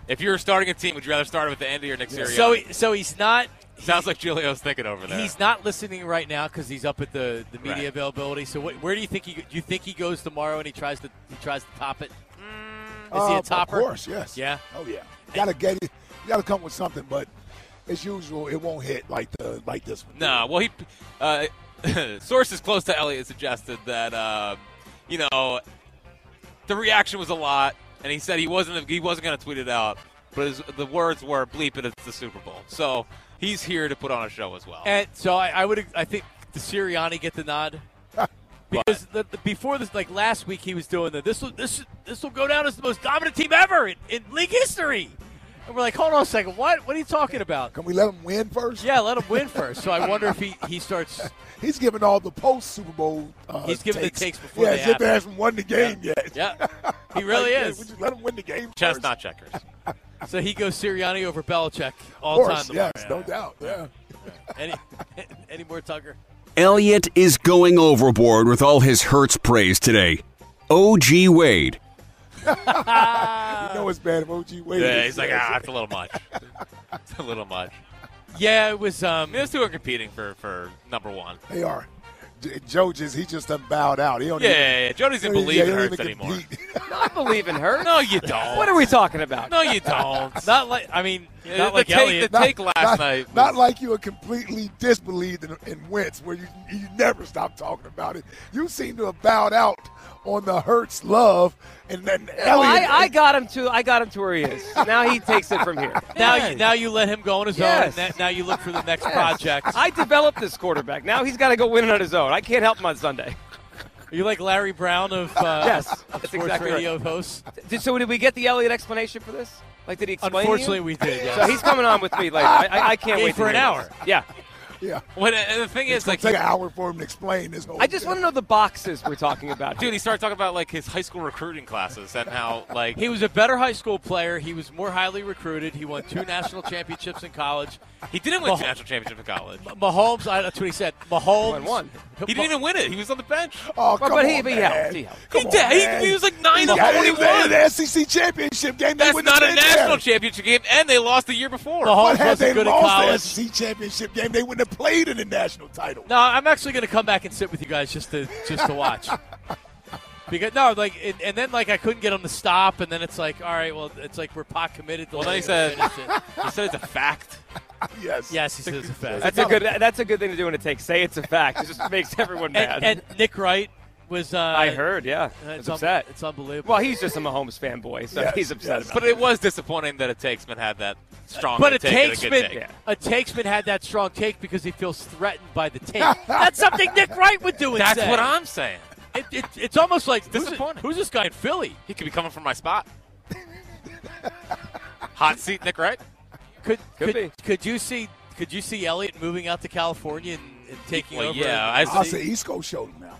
Speaker 2: If you were starting a team, would you rather start it with Andy or Nick Sirianni?
Speaker 1: So he, so he's not
Speaker 2: Sounds like Julio's thinking over there.
Speaker 1: he's not listening right now because he's up at the, the media
Speaker 2: Right.
Speaker 1: availability. So what, where do you think he do you think he goes tomorrow and he tries to he tries to top it? Is he
Speaker 3: Uh,
Speaker 1: a topper?
Speaker 3: Of course, yes.
Speaker 1: Yeah.
Speaker 3: Oh yeah. Got to get it. Got to come with something, but as usual, it won't hit like the like this one.
Speaker 2: No, well, he uh, sources close to Elliot suggested that uh, you know the reaction was a lot, and he said he wasn't he wasn't going to tweet it out, but his, the words were bleep it. It's the Super Bowl, so he's here to put on a show as well.
Speaker 1: And so I, I would I think the Sirianni get the nod because the, the, before this, like last week, he was doing the this will this this will go down as the most dominant team ever in, in league history, and we're like, hold on a second, what what are you talking about?
Speaker 3: Can we let him win first?
Speaker 1: Yeah, let him win first. So I wonder if he he starts.
Speaker 3: He's giving all the post Super Bowl. Uh,
Speaker 1: He's giving the
Speaker 3: takes.
Speaker 1: takes before
Speaker 3: yeah,
Speaker 1: they
Speaker 3: as if they
Speaker 1: happen.
Speaker 3: hasn't won the game yet.
Speaker 1: Yeah, he really
Speaker 3: Like, yeah,
Speaker 1: is.
Speaker 3: Would you let him win the game? first?
Speaker 2: Chestnut checkers.
Speaker 1: So he goes Sirianni over Belichick all
Speaker 3: Of course,
Speaker 1: time.
Speaker 3: yes,
Speaker 1: tomorrow.
Speaker 3: no doubt. Yeah.
Speaker 1: Any, any more Tucker?
Speaker 8: Elliott is going overboard with all his Hertz praise today. OG Wade.
Speaker 3: You
Speaker 1: Uh,
Speaker 3: know it's bad if OG Wade.
Speaker 2: Yeah,
Speaker 3: is-
Speaker 2: he's like, ah, it's a little much. It's a little much.
Speaker 1: Yeah, it was. Um,
Speaker 2: I mean, those two are competing for, for number one.
Speaker 3: They are. J- Joe just he just done bowed out. He don't
Speaker 2: Yeah,
Speaker 3: even,
Speaker 2: yeah, yeah. Jody's
Speaker 3: he
Speaker 2: in
Speaker 3: don't even- yeah,
Speaker 2: believe
Speaker 3: he
Speaker 2: it
Speaker 3: don't
Speaker 2: hurts
Speaker 3: even
Speaker 2: anymore.
Speaker 3: compete.
Speaker 9: I believe in her.
Speaker 2: No, you don't.
Speaker 9: What are we talking about?
Speaker 2: No, you don't.
Speaker 1: not like I mean,
Speaker 2: Yeah,
Speaker 1: not
Speaker 2: the
Speaker 1: like
Speaker 2: take-
Speaker 1: Elliott.
Speaker 2: the take last
Speaker 3: not,
Speaker 2: night.
Speaker 3: Not
Speaker 2: was-
Speaker 3: like you were completely disbelieved in, in Wentz, where you you never stop talking about it. You seem to have bowed out on the Hurts love, and then
Speaker 9: Well,
Speaker 3: Elliot.
Speaker 9: Oh, I, I got him to I got him to where he is. Now he takes it from here.
Speaker 1: now, you, now you let him go on his
Speaker 9: Yes.
Speaker 1: own. and Now you look for the next
Speaker 9: Yes.
Speaker 1: project.
Speaker 9: I developed this quarterback. Now he's got to go win it on his own. I can't help him on Sunday.
Speaker 1: Are you like Larry Brown of uh,
Speaker 9: Yes,
Speaker 1: of
Speaker 9: that's
Speaker 1: sports
Speaker 9: exactly
Speaker 1: radio hosts?
Speaker 9: Did, so did we get the Elliott explanation for this? Like, did he explain? to you?
Speaker 1: Unfortunately, we did. Yes.
Speaker 9: So he's coming on with me later. I, I, I can't
Speaker 1: Yay
Speaker 9: wait to
Speaker 1: for an
Speaker 9: hear
Speaker 1: hour.
Speaker 9: this. Yeah.
Speaker 3: yeah,
Speaker 2: When, and the thing is, like,
Speaker 3: it's like an hour for him to explain this whole.
Speaker 9: I just want to know the boxes we're talking about.
Speaker 2: dude, he started talking about like his high school recruiting classes and how like
Speaker 1: he was a better high school player. He was more highly recruited. He won two national championships in college.
Speaker 2: he didn't win
Speaker 1: Well-
Speaker 2: the national championship in college.
Speaker 1: Mahomes, I, that's what he said. Mahomes
Speaker 9: Won one.
Speaker 2: He didn't even win it. He was on the bench.
Speaker 3: Oh,
Speaker 9: Well,
Speaker 3: come
Speaker 9: but
Speaker 3: on,
Speaker 9: he- but he
Speaker 3: man.
Speaker 9: helped, he helped.
Speaker 3: Come
Speaker 2: He
Speaker 3: on,
Speaker 2: did. He-
Speaker 3: man.
Speaker 2: he was like nine
Speaker 3: He
Speaker 2: to
Speaker 3: got it. He
Speaker 2: 41.
Speaker 3: was in The SEC championship game. They
Speaker 2: That's
Speaker 3: wouldn't
Speaker 2: not a
Speaker 3: have been there.
Speaker 2: national championship game, and they lost the year before.
Speaker 1: Mahomes
Speaker 3: But had
Speaker 1: wasn't
Speaker 3: they
Speaker 1: good at
Speaker 3: lost the
Speaker 1: college.
Speaker 3: SEC championship game, they wouldn't have played in the national title.
Speaker 1: No, I'm actually going to come back and sit with you guys just to just to watch. Because no, like, and, and then like I couldn't get him to stop, and then it's like, all right, well, it's like we're pot committed. To
Speaker 2: Well, then he
Speaker 1: letting him
Speaker 2: said-
Speaker 1: finish it.
Speaker 2: He said it's a fact.
Speaker 3: Yes.
Speaker 1: "Yes, he said it's a fact."
Speaker 9: That's a good. That's a good thing to do in a take. Say it's a fact. It just makes everyone mad.
Speaker 1: and, and Nick Wright was. Uh,
Speaker 9: I heard. Yeah,
Speaker 1: uh,
Speaker 9: I was
Speaker 1: un-
Speaker 9: upset.
Speaker 1: it's unbelievable.
Speaker 9: Well, he's just a Mahomes fanboy, so
Speaker 3: Yes,
Speaker 9: he's upset.
Speaker 3: yes.
Speaker 9: About
Speaker 2: But it was disappointing that a takesman had that strong.
Speaker 1: but a
Speaker 2: take and a good
Speaker 1: takesman,
Speaker 2: take.
Speaker 9: Yeah.
Speaker 1: a takesman had that strong take because he feels threatened by the take. That's something Nick Wright would do. And
Speaker 2: That's
Speaker 1: say.
Speaker 2: what I'm saying.
Speaker 1: It, it, it's almost like who's,
Speaker 2: disappointing.
Speaker 1: who's this guy in Philly?
Speaker 2: He could be coming from my spot. Hot seat, Nick. Right?
Speaker 1: Could
Speaker 9: Could
Speaker 1: could,
Speaker 9: be.
Speaker 1: could you see could you see Elliott moving out to California and, and taking
Speaker 2: Well,
Speaker 1: over?
Speaker 2: yeah, I
Speaker 3: I'll
Speaker 2: see.
Speaker 3: say East Coast show now.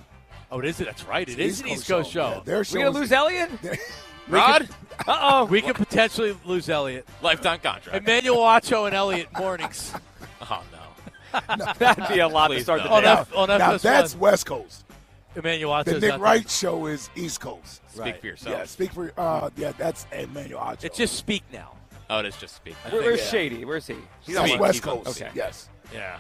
Speaker 1: Oh, it is. That's right. It is an East Coast
Speaker 3: Yeah,
Speaker 1: show.
Speaker 3: their
Speaker 9: it. we gonna
Speaker 3: shows-
Speaker 9: lose Elliott?
Speaker 2: Rod,
Speaker 9: Uh oh.
Speaker 1: we could potentially lose Elliott.
Speaker 2: lifetime contract.
Speaker 1: Emmanuel Ocho and Elliott mornings
Speaker 2: Oh no.
Speaker 9: That'd be a lot to
Speaker 2: Please
Speaker 9: start the
Speaker 2: don't.
Speaker 9: day.
Speaker 1: on,
Speaker 9: off.
Speaker 1: F, on FS1.
Speaker 3: now that's West Coast.
Speaker 1: Emmanuel
Speaker 3: The
Speaker 1: Ocho's
Speaker 3: Nick
Speaker 1: out
Speaker 3: Wright show is East Coast.
Speaker 2: Speak for yourself.
Speaker 3: Yeah, speak for uh yeah, that's Emmanuel Ocho.
Speaker 1: there. It's just speak now.
Speaker 2: Oh, it is just speak.
Speaker 9: Where- Where's Shady? Where's he? He's
Speaker 3: that's
Speaker 2: on-
Speaker 3: West
Speaker 2: he's on-
Speaker 3: Coast.
Speaker 9: okay.
Speaker 3: Yes.
Speaker 2: Yeah.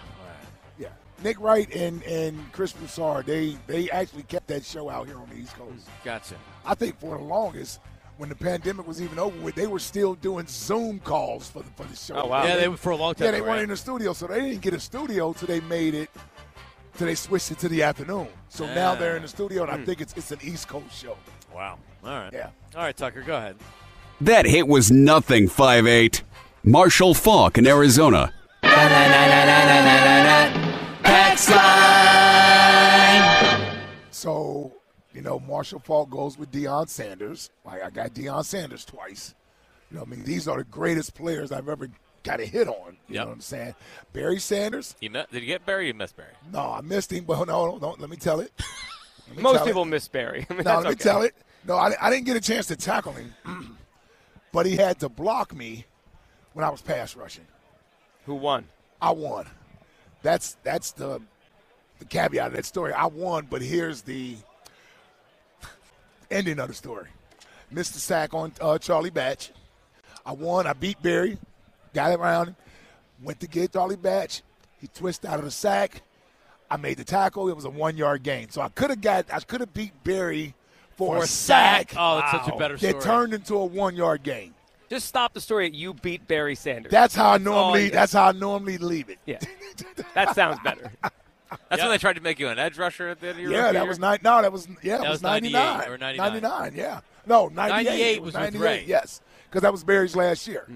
Speaker 3: Yeah. Nick Wright and and Chris Broussard, they they actually kept that show out here on the East Coast.
Speaker 1: Gotcha.
Speaker 3: I think for the longest when the pandemic was even over with, they were still doing Zoom calls for the for the show.
Speaker 9: Oh, wow.
Speaker 1: Yeah, they were for a long time.
Speaker 3: Yeah, they
Speaker 1: were
Speaker 3: weren't
Speaker 1: in.
Speaker 3: in the studio, so they didn't get a studio till they made it. Till they switched it to the afternoon. So now they're in the studio,
Speaker 9: Hmm.
Speaker 3: and I think it's it's an East Coast show.
Speaker 1: Wow. All right.
Speaker 3: Yeah.
Speaker 1: All right, Tucker, go ahead.
Speaker 8: That hit was nothing, 5'8. Marshall Falk in Arizona.
Speaker 7: Text line.
Speaker 3: So you know, Marshall Falk goes with Deion Sanders. Like I got Deion Sanders twice. You know, what I mean, these are the greatest players I've ever got a hit on. You
Speaker 2: Yep.
Speaker 3: know what I'm saying? Barry Sanders.
Speaker 2: You met, did you get Barry? Or you missed Barry.
Speaker 3: No, I missed him, but no, no, no let me tell it. Let me
Speaker 9: Most
Speaker 3: tell it.
Speaker 9: people miss Barry. I mean,
Speaker 3: No,
Speaker 9: that's
Speaker 3: let me
Speaker 9: okay.
Speaker 3: tell it. No, I, I didn't get a chance to tackle him, but he had to block me when I was pass rushing.
Speaker 9: Who won?
Speaker 3: I won. That's that's the the caveat of that story. I won, but here's the ending of the story. Missed the sack on uh, Charlie Batch. I won. I beat Barry. Got around him. Went to get Charlie Batch. He twisted out of the sack. I made the tackle. It was a one yard gain. So I could have got. I could have beat Barry for, a sack.
Speaker 1: Oh, that's such a better story.
Speaker 3: That turned into a one yard gain.
Speaker 9: Just stop the story. at You beat Barry Sanders.
Speaker 3: That's how I
Speaker 9: all
Speaker 3: normally.
Speaker 9: you-
Speaker 3: That's how I normally leave it.
Speaker 9: yeah. That sounds better.
Speaker 2: That's when they tried to make you an edge rusher at the end of your
Speaker 3: Yeah,
Speaker 2: rookie
Speaker 3: that
Speaker 2: year?
Speaker 3: was nine. No, that was yeah, it
Speaker 1: That
Speaker 3: was
Speaker 1: was 98
Speaker 3: ninety
Speaker 1: or
Speaker 3: nine
Speaker 1: 99.
Speaker 3: Yeah, No, 98.
Speaker 1: 98
Speaker 3: It
Speaker 1: was with Ray.
Speaker 3: Yes, because that was Barry's last year.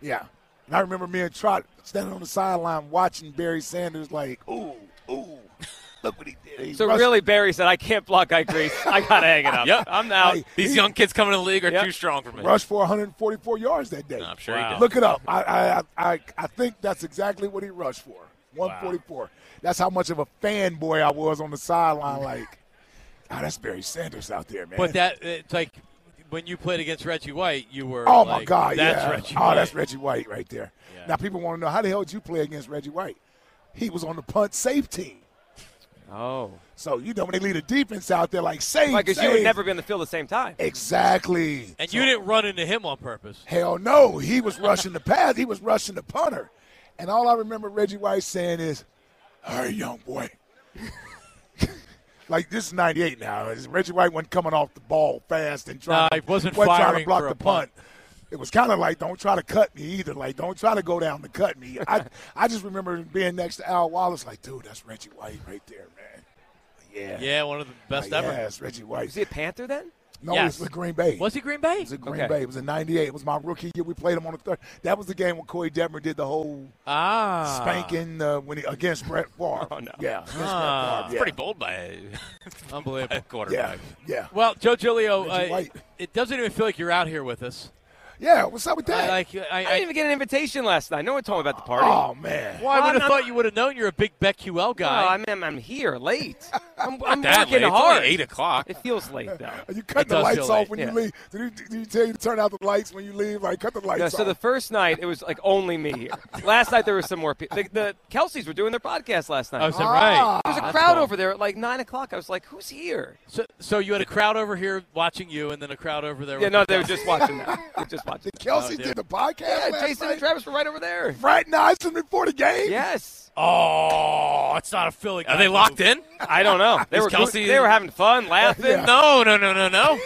Speaker 3: Yeah. And I remember me and Trot standing on the sideline watching Barry Sanders like, ooh, ooh, look what he did. He
Speaker 9: So
Speaker 3: rushed-
Speaker 9: really, Barry said, "I can't block Ike Grease. I gotta hang it up.
Speaker 2: Yep.
Speaker 9: I'm out."
Speaker 3: Hey,
Speaker 2: These
Speaker 3: he
Speaker 2: young kids coming to the league are
Speaker 9: Yep.
Speaker 2: too strong for me.
Speaker 3: rushed for 144 yards that day.
Speaker 2: No, I'm sure he
Speaker 9: Wow.
Speaker 2: did.
Speaker 3: Look it up. I, I, I, I think that's exactly what he rushed for. 144. That's how much of a fanboy I was on the sideline. Like, ah, that's Barry Sanders out there, man.
Speaker 1: But that it's like when you played against Reggie White, you were.
Speaker 3: oh my
Speaker 1: like,
Speaker 3: God,
Speaker 1: that's
Speaker 3: yeah.
Speaker 1: Reggie.
Speaker 3: oh,
Speaker 1: White.
Speaker 3: that's Reggie White right there.
Speaker 1: Yeah.
Speaker 3: Now people want to know how the hell did you play against Reggie White? He was on the punt safe team.
Speaker 9: Oh,
Speaker 3: So you know when they lead a defense out there, like save,
Speaker 9: because you
Speaker 3: save.
Speaker 9: would never be on the field at the same time.
Speaker 3: exactly.
Speaker 1: And you didn't run into him on purpose.
Speaker 3: Hell no, he was rushing the pass. He was rushing the punter. And all I remember Reggie White saying is, "Hey, young boy." like this is '98 now. Reggie White wasn't coming off the ball fast and trying.
Speaker 1: No, he wasn't
Speaker 3: trying
Speaker 1: firing
Speaker 3: to block
Speaker 1: for a
Speaker 3: the punt. It was kind of like, "Don't try to cut me either." Like, "Don't try to go down to cut me." I I just remember being next to Al Wallace, like, "Dude, that's Reggie White right there, man." Yeah.
Speaker 1: Yeah, one of the best
Speaker 3: Like,
Speaker 1: ever.
Speaker 3: Oh, yeah, it's Reggie
Speaker 9: Is
Speaker 3: White.
Speaker 9: he a Panther then?
Speaker 3: No,
Speaker 1: Yes.
Speaker 3: it's with Green Bay.
Speaker 1: Was he Green Bay?
Speaker 3: It was at Green
Speaker 9: Okay.
Speaker 3: Bay. It was in '98. It was my rookie year. We played them on the third. That was the game when Corey Detmer did the whole
Speaker 1: Ah,
Speaker 3: spanking uh, when he, against Brett Favre.
Speaker 9: Oh, no.
Speaker 3: Yeah, against
Speaker 1: Ah.
Speaker 3: Brett Favre.
Speaker 2: It's
Speaker 3: Yeah.
Speaker 2: pretty bold by a
Speaker 1: unbelievable.
Speaker 2: quarterback.
Speaker 3: Yeah, yeah,
Speaker 1: Well, Joe Gilio,
Speaker 3: Reggie
Speaker 1: uh,
Speaker 3: White.
Speaker 1: it doesn't even feel like you're out here with us.
Speaker 3: yeah. What's up with
Speaker 1: I,
Speaker 3: that?
Speaker 1: like, I,
Speaker 9: I
Speaker 1: I-
Speaker 9: didn't even get an invitation last night. No one told me about the party.
Speaker 3: oh man,
Speaker 1: well, I would
Speaker 9: I'm-
Speaker 1: have
Speaker 9: I'm-
Speaker 1: thought you would have known you're a big BetQL
Speaker 9: No,
Speaker 1: guy.
Speaker 9: I'm, I'm, I'm here late. I'm, I'm
Speaker 2: That
Speaker 9: working
Speaker 2: late. It's only
Speaker 9: hard.
Speaker 2: eight o'clock.
Speaker 9: It feels late though.
Speaker 3: are you cutting
Speaker 1: It
Speaker 3: the
Speaker 1: does
Speaker 3: lights
Speaker 1: feel
Speaker 3: off
Speaker 1: late,
Speaker 3: when
Speaker 9: yeah.
Speaker 3: you leave? Did he, did he tell you to turn out the lights when you leave? Like cut the lights
Speaker 9: No,
Speaker 3: off.
Speaker 9: so the first night it was like only me here. last night there were some more people. The, the Kelseys were doing their podcast last night.
Speaker 1: Oh, is that
Speaker 3: Ah.
Speaker 1: right?
Speaker 9: there was a
Speaker 1: That's
Speaker 9: crowd
Speaker 1: cool.
Speaker 9: over there at like nine o'clock. I was like, "Who's here?"
Speaker 1: So, so you had a crowd over here watching you, and then a crowd over there.
Speaker 9: Yeah,
Speaker 1: with
Speaker 9: no,
Speaker 1: the
Speaker 9: they were
Speaker 1: Celtics.
Speaker 9: just watching that. They were just watching. that.
Speaker 3: Kelsey
Speaker 1: Oh, dude.
Speaker 3: did the podcast.
Speaker 9: Yeah,
Speaker 3: last
Speaker 9: Jason and
Speaker 3: night?
Speaker 9: Travis were right over there.
Speaker 3: Right now, it's before the game.
Speaker 9: Yes.
Speaker 1: Oh, it's not a Philly.
Speaker 2: Are they locked in?
Speaker 9: I don't know. They
Speaker 2: Is
Speaker 9: were
Speaker 2: Kelsey-
Speaker 9: they were having fun, laughing.
Speaker 3: Yeah.
Speaker 2: No, no, no, no, no.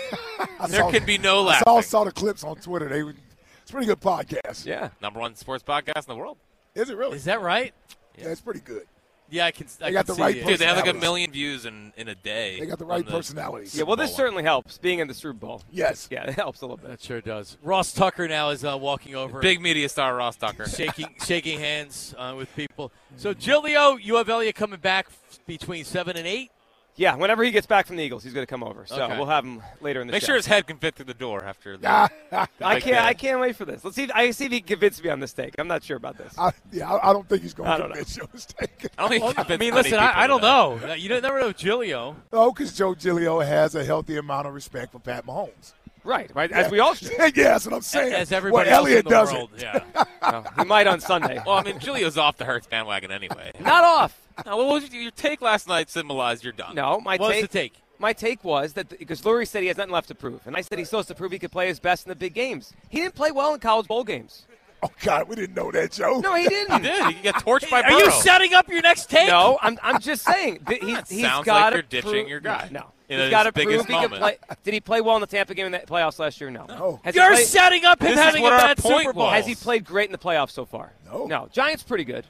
Speaker 3: I
Speaker 2: There
Speaker 3: saw-
Speaker 2: could be no
Speaker 3: I saw,
Speaker 2: laughing.
Speaker 3: saw the clips on Twitter. They, were- it's a pretty good podcast.
Speaker 9: Yeah.
Speaker 2: Number one sports podcast in the world.
Speaker 3: Is it really?
Speaker 1: Is that right?
Speaker 3: yeah, it's pretty good.
Speaker 1: Yeah, I can. I
Speaker 3: got
Speaker 1: can
Speaker 3: the
Speaker 1: see
Speaker 3: right
Speaker 1: it.
Speaker 2: Dude, they have like a
Speaker 3: Personalities.
Speaker 2: million views in, in a day.
Speaker 3: They got the right
Speaker 2: on
Speaker 3: personalities.
Speaker 9: Yeah, well, this
Speaker 2: Bowl
Speaker 9: certainly helps being in the Super Bowl.
Speaker 3: Yes.
Speaker 9: Yeah, it helps a little bit.
Speaker 1: That sure does. Ross Tucker now is uh, walking over,
Speaker 2: Big media star Ross Tucker.
Speaker 1: shaking shaking hands uh, with people. So
Speaker 3: Hmm.
Speaker 1: Gilio, you have Elliot coming back f- between seven and eight.
Speaker 9: Yeah, whenever he gets back from the Eagles, he's going to come over. So
Speaker 1: Okay.
Speaker 9: we'll have him later in the
Speaker 2: Make
Speaker 9: show.
Speaker 2: sure his head can fit through the door after the.
Speaker 9: I
Speaker 2: like
Speaker 9: can't.
Speaker 2: that.
Speaker 9: I can't wait for this. Let's see. If, I see if he convinced me on this take. I'm not sure about this.
Speaker 3: I, yeah, I, I don't think he's
Speaker 9: I
Speaker 3: going to
Speaker 9: don't
Speaker 3: convince you was taken.
Speaker 2: I don't think. he can
Speaker 1: I
Speaker 2: fit
Speaker 1: mean,
Speaker 2: many
Speaker 1: listen, I, I
Speaker 2: people
Speaker 1: don't
Speaker 2: to that.
Speaker 1: know. Uh, You don't- never know Gilio.
Speaker 3: No, because Joe Gilio has a healthy amount of respect for Pat Mahomes.
Speaker 9: right. Right. As we all should.
Speaker 3: yeah, that's what I'm saying.
Speaker 1: As
Speaker 3: what
Speaker 1: everybody else
Speaker 3: Elliot
Speaker 1: in the
Speaker 3: does
Speaker 1: world.
Speaker 3: it.
Speaker 1: Yeah.
Speaker 9: No, he might on Sunday.
Speaker 2: Well, I mean, Julio's off the Hurts bandwagon anyway.
Speaker 9: not off.
Speaker 2: Now, what was your, your take last night? Symbolized you're done.
Speaker 9: No, my
Speaker 1: What's
Speaker 9: take.
Speaker 1: the take?
Speaker 9: My take was that because Lurie said he has nothing left to prove, and I said he's supposed to prove he could play his best in the big games. He didn't play well in college bowl games.
Speaker 3: Oh God, we didn't know that, Joe.
Speaker 9: No, he didn't.
Speaker 2: dude, you got torched by
Speaker 1: Are
Speaker 2: Burrow.
Speaker 1: you setting up your next take?
Speaker 9: No, I'm, I'm just saying that he's, he's
Speaker 2: sounds like
Speaker 9: got to
Speaker 2: you're ditching
Speaker 9: prove,
Speaker 2: your guy
Speaker 9: No,
Speaker 2: in
Speaker 9: he's
Speaker 2: his
Speaker 9: got to prove
Speaker 2: biggest
Speaker 9: he can play.
Speaker 2: moment.
Speaker 9: Did he play well in the Tampa game in the playoffs last year? No.
Speaker 3: No.
Speaker 9: Has he
Speaker 1: You're
Speaker 9: played-
Speaker 1: setting up him
Speaker 2: This is
Speaker 1: having
Speaker 2: what
Speaker 1: a
Speaker 2: our
Speaker 1: bad
Speaker 2: point
Speaker 1: Super Bowl.
Speaker 2: was.
Speaker 9: Has he played great in the playoffs so far?
Speaker 3: No.
Speaker 9: No. Giants pretty good.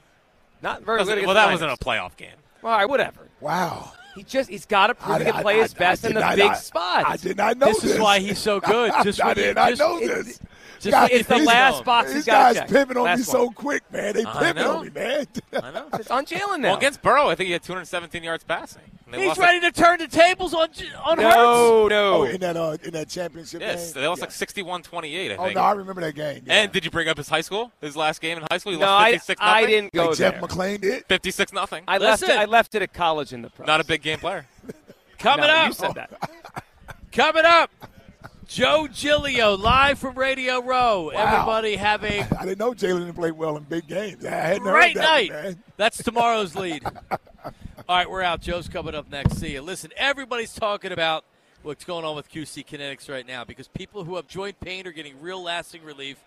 Speaker 9: Not very good.
Speaker 2: Doesn't-
Speaker 9: against
Speaker 2: Well, that
Speaker 9: the
Speaker 2: wasn't a
Speaker 9: Niners.
Speaker 2: playoff game.
Speaker 9: All right, whatever.
Speaker 3: Wow.
Speaker 9: He just he's got to prove he can play his best
Speaker 3: did
Speaker 9: in the
Speaker 3: not-
Speaker 9: big
Speaker 3: I-
Speaker 9: spots.
Speaker 3: I did not know
Speaker 1: This is why he's so good. Just
Speaker 3: I
Speaker 1: when you-
Speaker 3: did not
Speaker 1: just-
Speaker 3: know
Speaker 1: it-
Speaker 3: this.
Speaker 1: just
Speaker 3: God,
Speaker 1: it's the
Speaker 3: these-
Speaker 1: last
Speaker 9: box he's
Speaker 3: These
Speaker 9: gotta
Speaker 3: guys
Speaker 9: check.
Speaker 3: pivot on
Speaker 9: Last
Speaker 3: me
Speaker 9: one.
Speaker 3: so quick, man. They
Speaker 2: I
Speaker 3: pivot
Speaker 2: know.
Speaker 3: on me, man.
Speaker 2: I know.
Speaker 9: It's on Jalen now.
Speaker 2: Well, against Burrow, I think he had 217 yards passing. And they
Speaker 1: He's
Speaker 2: lost
Speaker 1: ready
Speaker 2: Like,
Speaker 1: to turn the tables on J- on Hurts.
Speaker 9: no, no.
Speaker 3: Oh, in that uh, in that championship
Speaker 2: yes,
Speaker 3: game.
Speaker 2: they lost
Speaker 3: Yeah.
Speaker 2: like 61-28, I
Speaker 3: Oh
Speaker 2: think.
Speaker 3: no, I remember that game. Yeah.
Speaker 2: And did you bring up his high school? His last game in high school, he
Speaker 9: no,
Speaker 2: lost
Speaker 9: I,
Speaker 2: 56
Speaker 9: I didn't go
Speaker 3: like Jeff
Speaker 9: there.
Speaker 3: McClain did.
Speaker 2: 56 nothing.
Speaker 9: I left. It,
Speaker 1: Listen.
Speaker 9: I left it at college in the pros.
Speaker 2: Not a big game player.
Speaker 1: Coming
Speaker 9: No,
Speaker 1: up.
Speaker 9: You said that.
Speaker 1: Coming up, Joe Gilio live from Radio Row. Everybody have a
Speaker 3: I didn't know Jalen didn't play well in big games. I hadn't
Speaker 1: great
Speaker 3: heard that,
Speaker 1: night.
Speaker 3: man.
Speaker 1: That's tomorrow's lead. All right, we're out. Joe's coming up next. See you. Listen, everybody's talking about what's going on with QC Kinetics right now because people who have joint pain are getting real lasting relief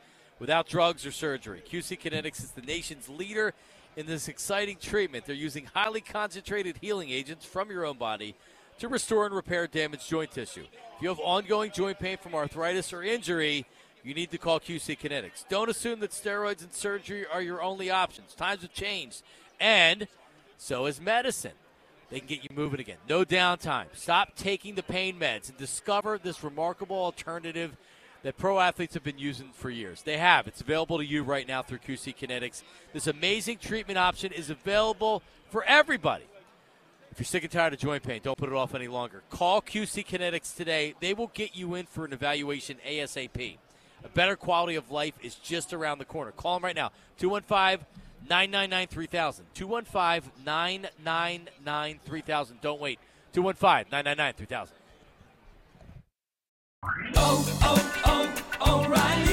Speaker 1: without drugs or surgery. QC Kinetics is the nation's leader in this exciting treatment. They're using highly concentrated healing agents from your own body to restore and repair damaged joint tissue. If you have ongoing joint pain from arthritis or injury, you need to call QC Kinetics. Don't assume that steroids and surgery are your only options. Times have changed, and so has medicine. They can get you moving again. No downtime. Stop taking the pain meds and discover this remarkable alternative that pro athletes have been using for years. They have. It's available to you right now through QC Kinetics. This amazing treatment option is available for everybody. If you're sick and tired of joint pain, don't put it off any longer. Call QC Kinetics today. They will get you in for an evaluation ASAP. A better quality of life is just around the corner. Call them right now 215 999 3000. 215 999 3000. Don't wait. 215 999 3000.
Speaker 7: Oh, oh, oh, O'Reilly.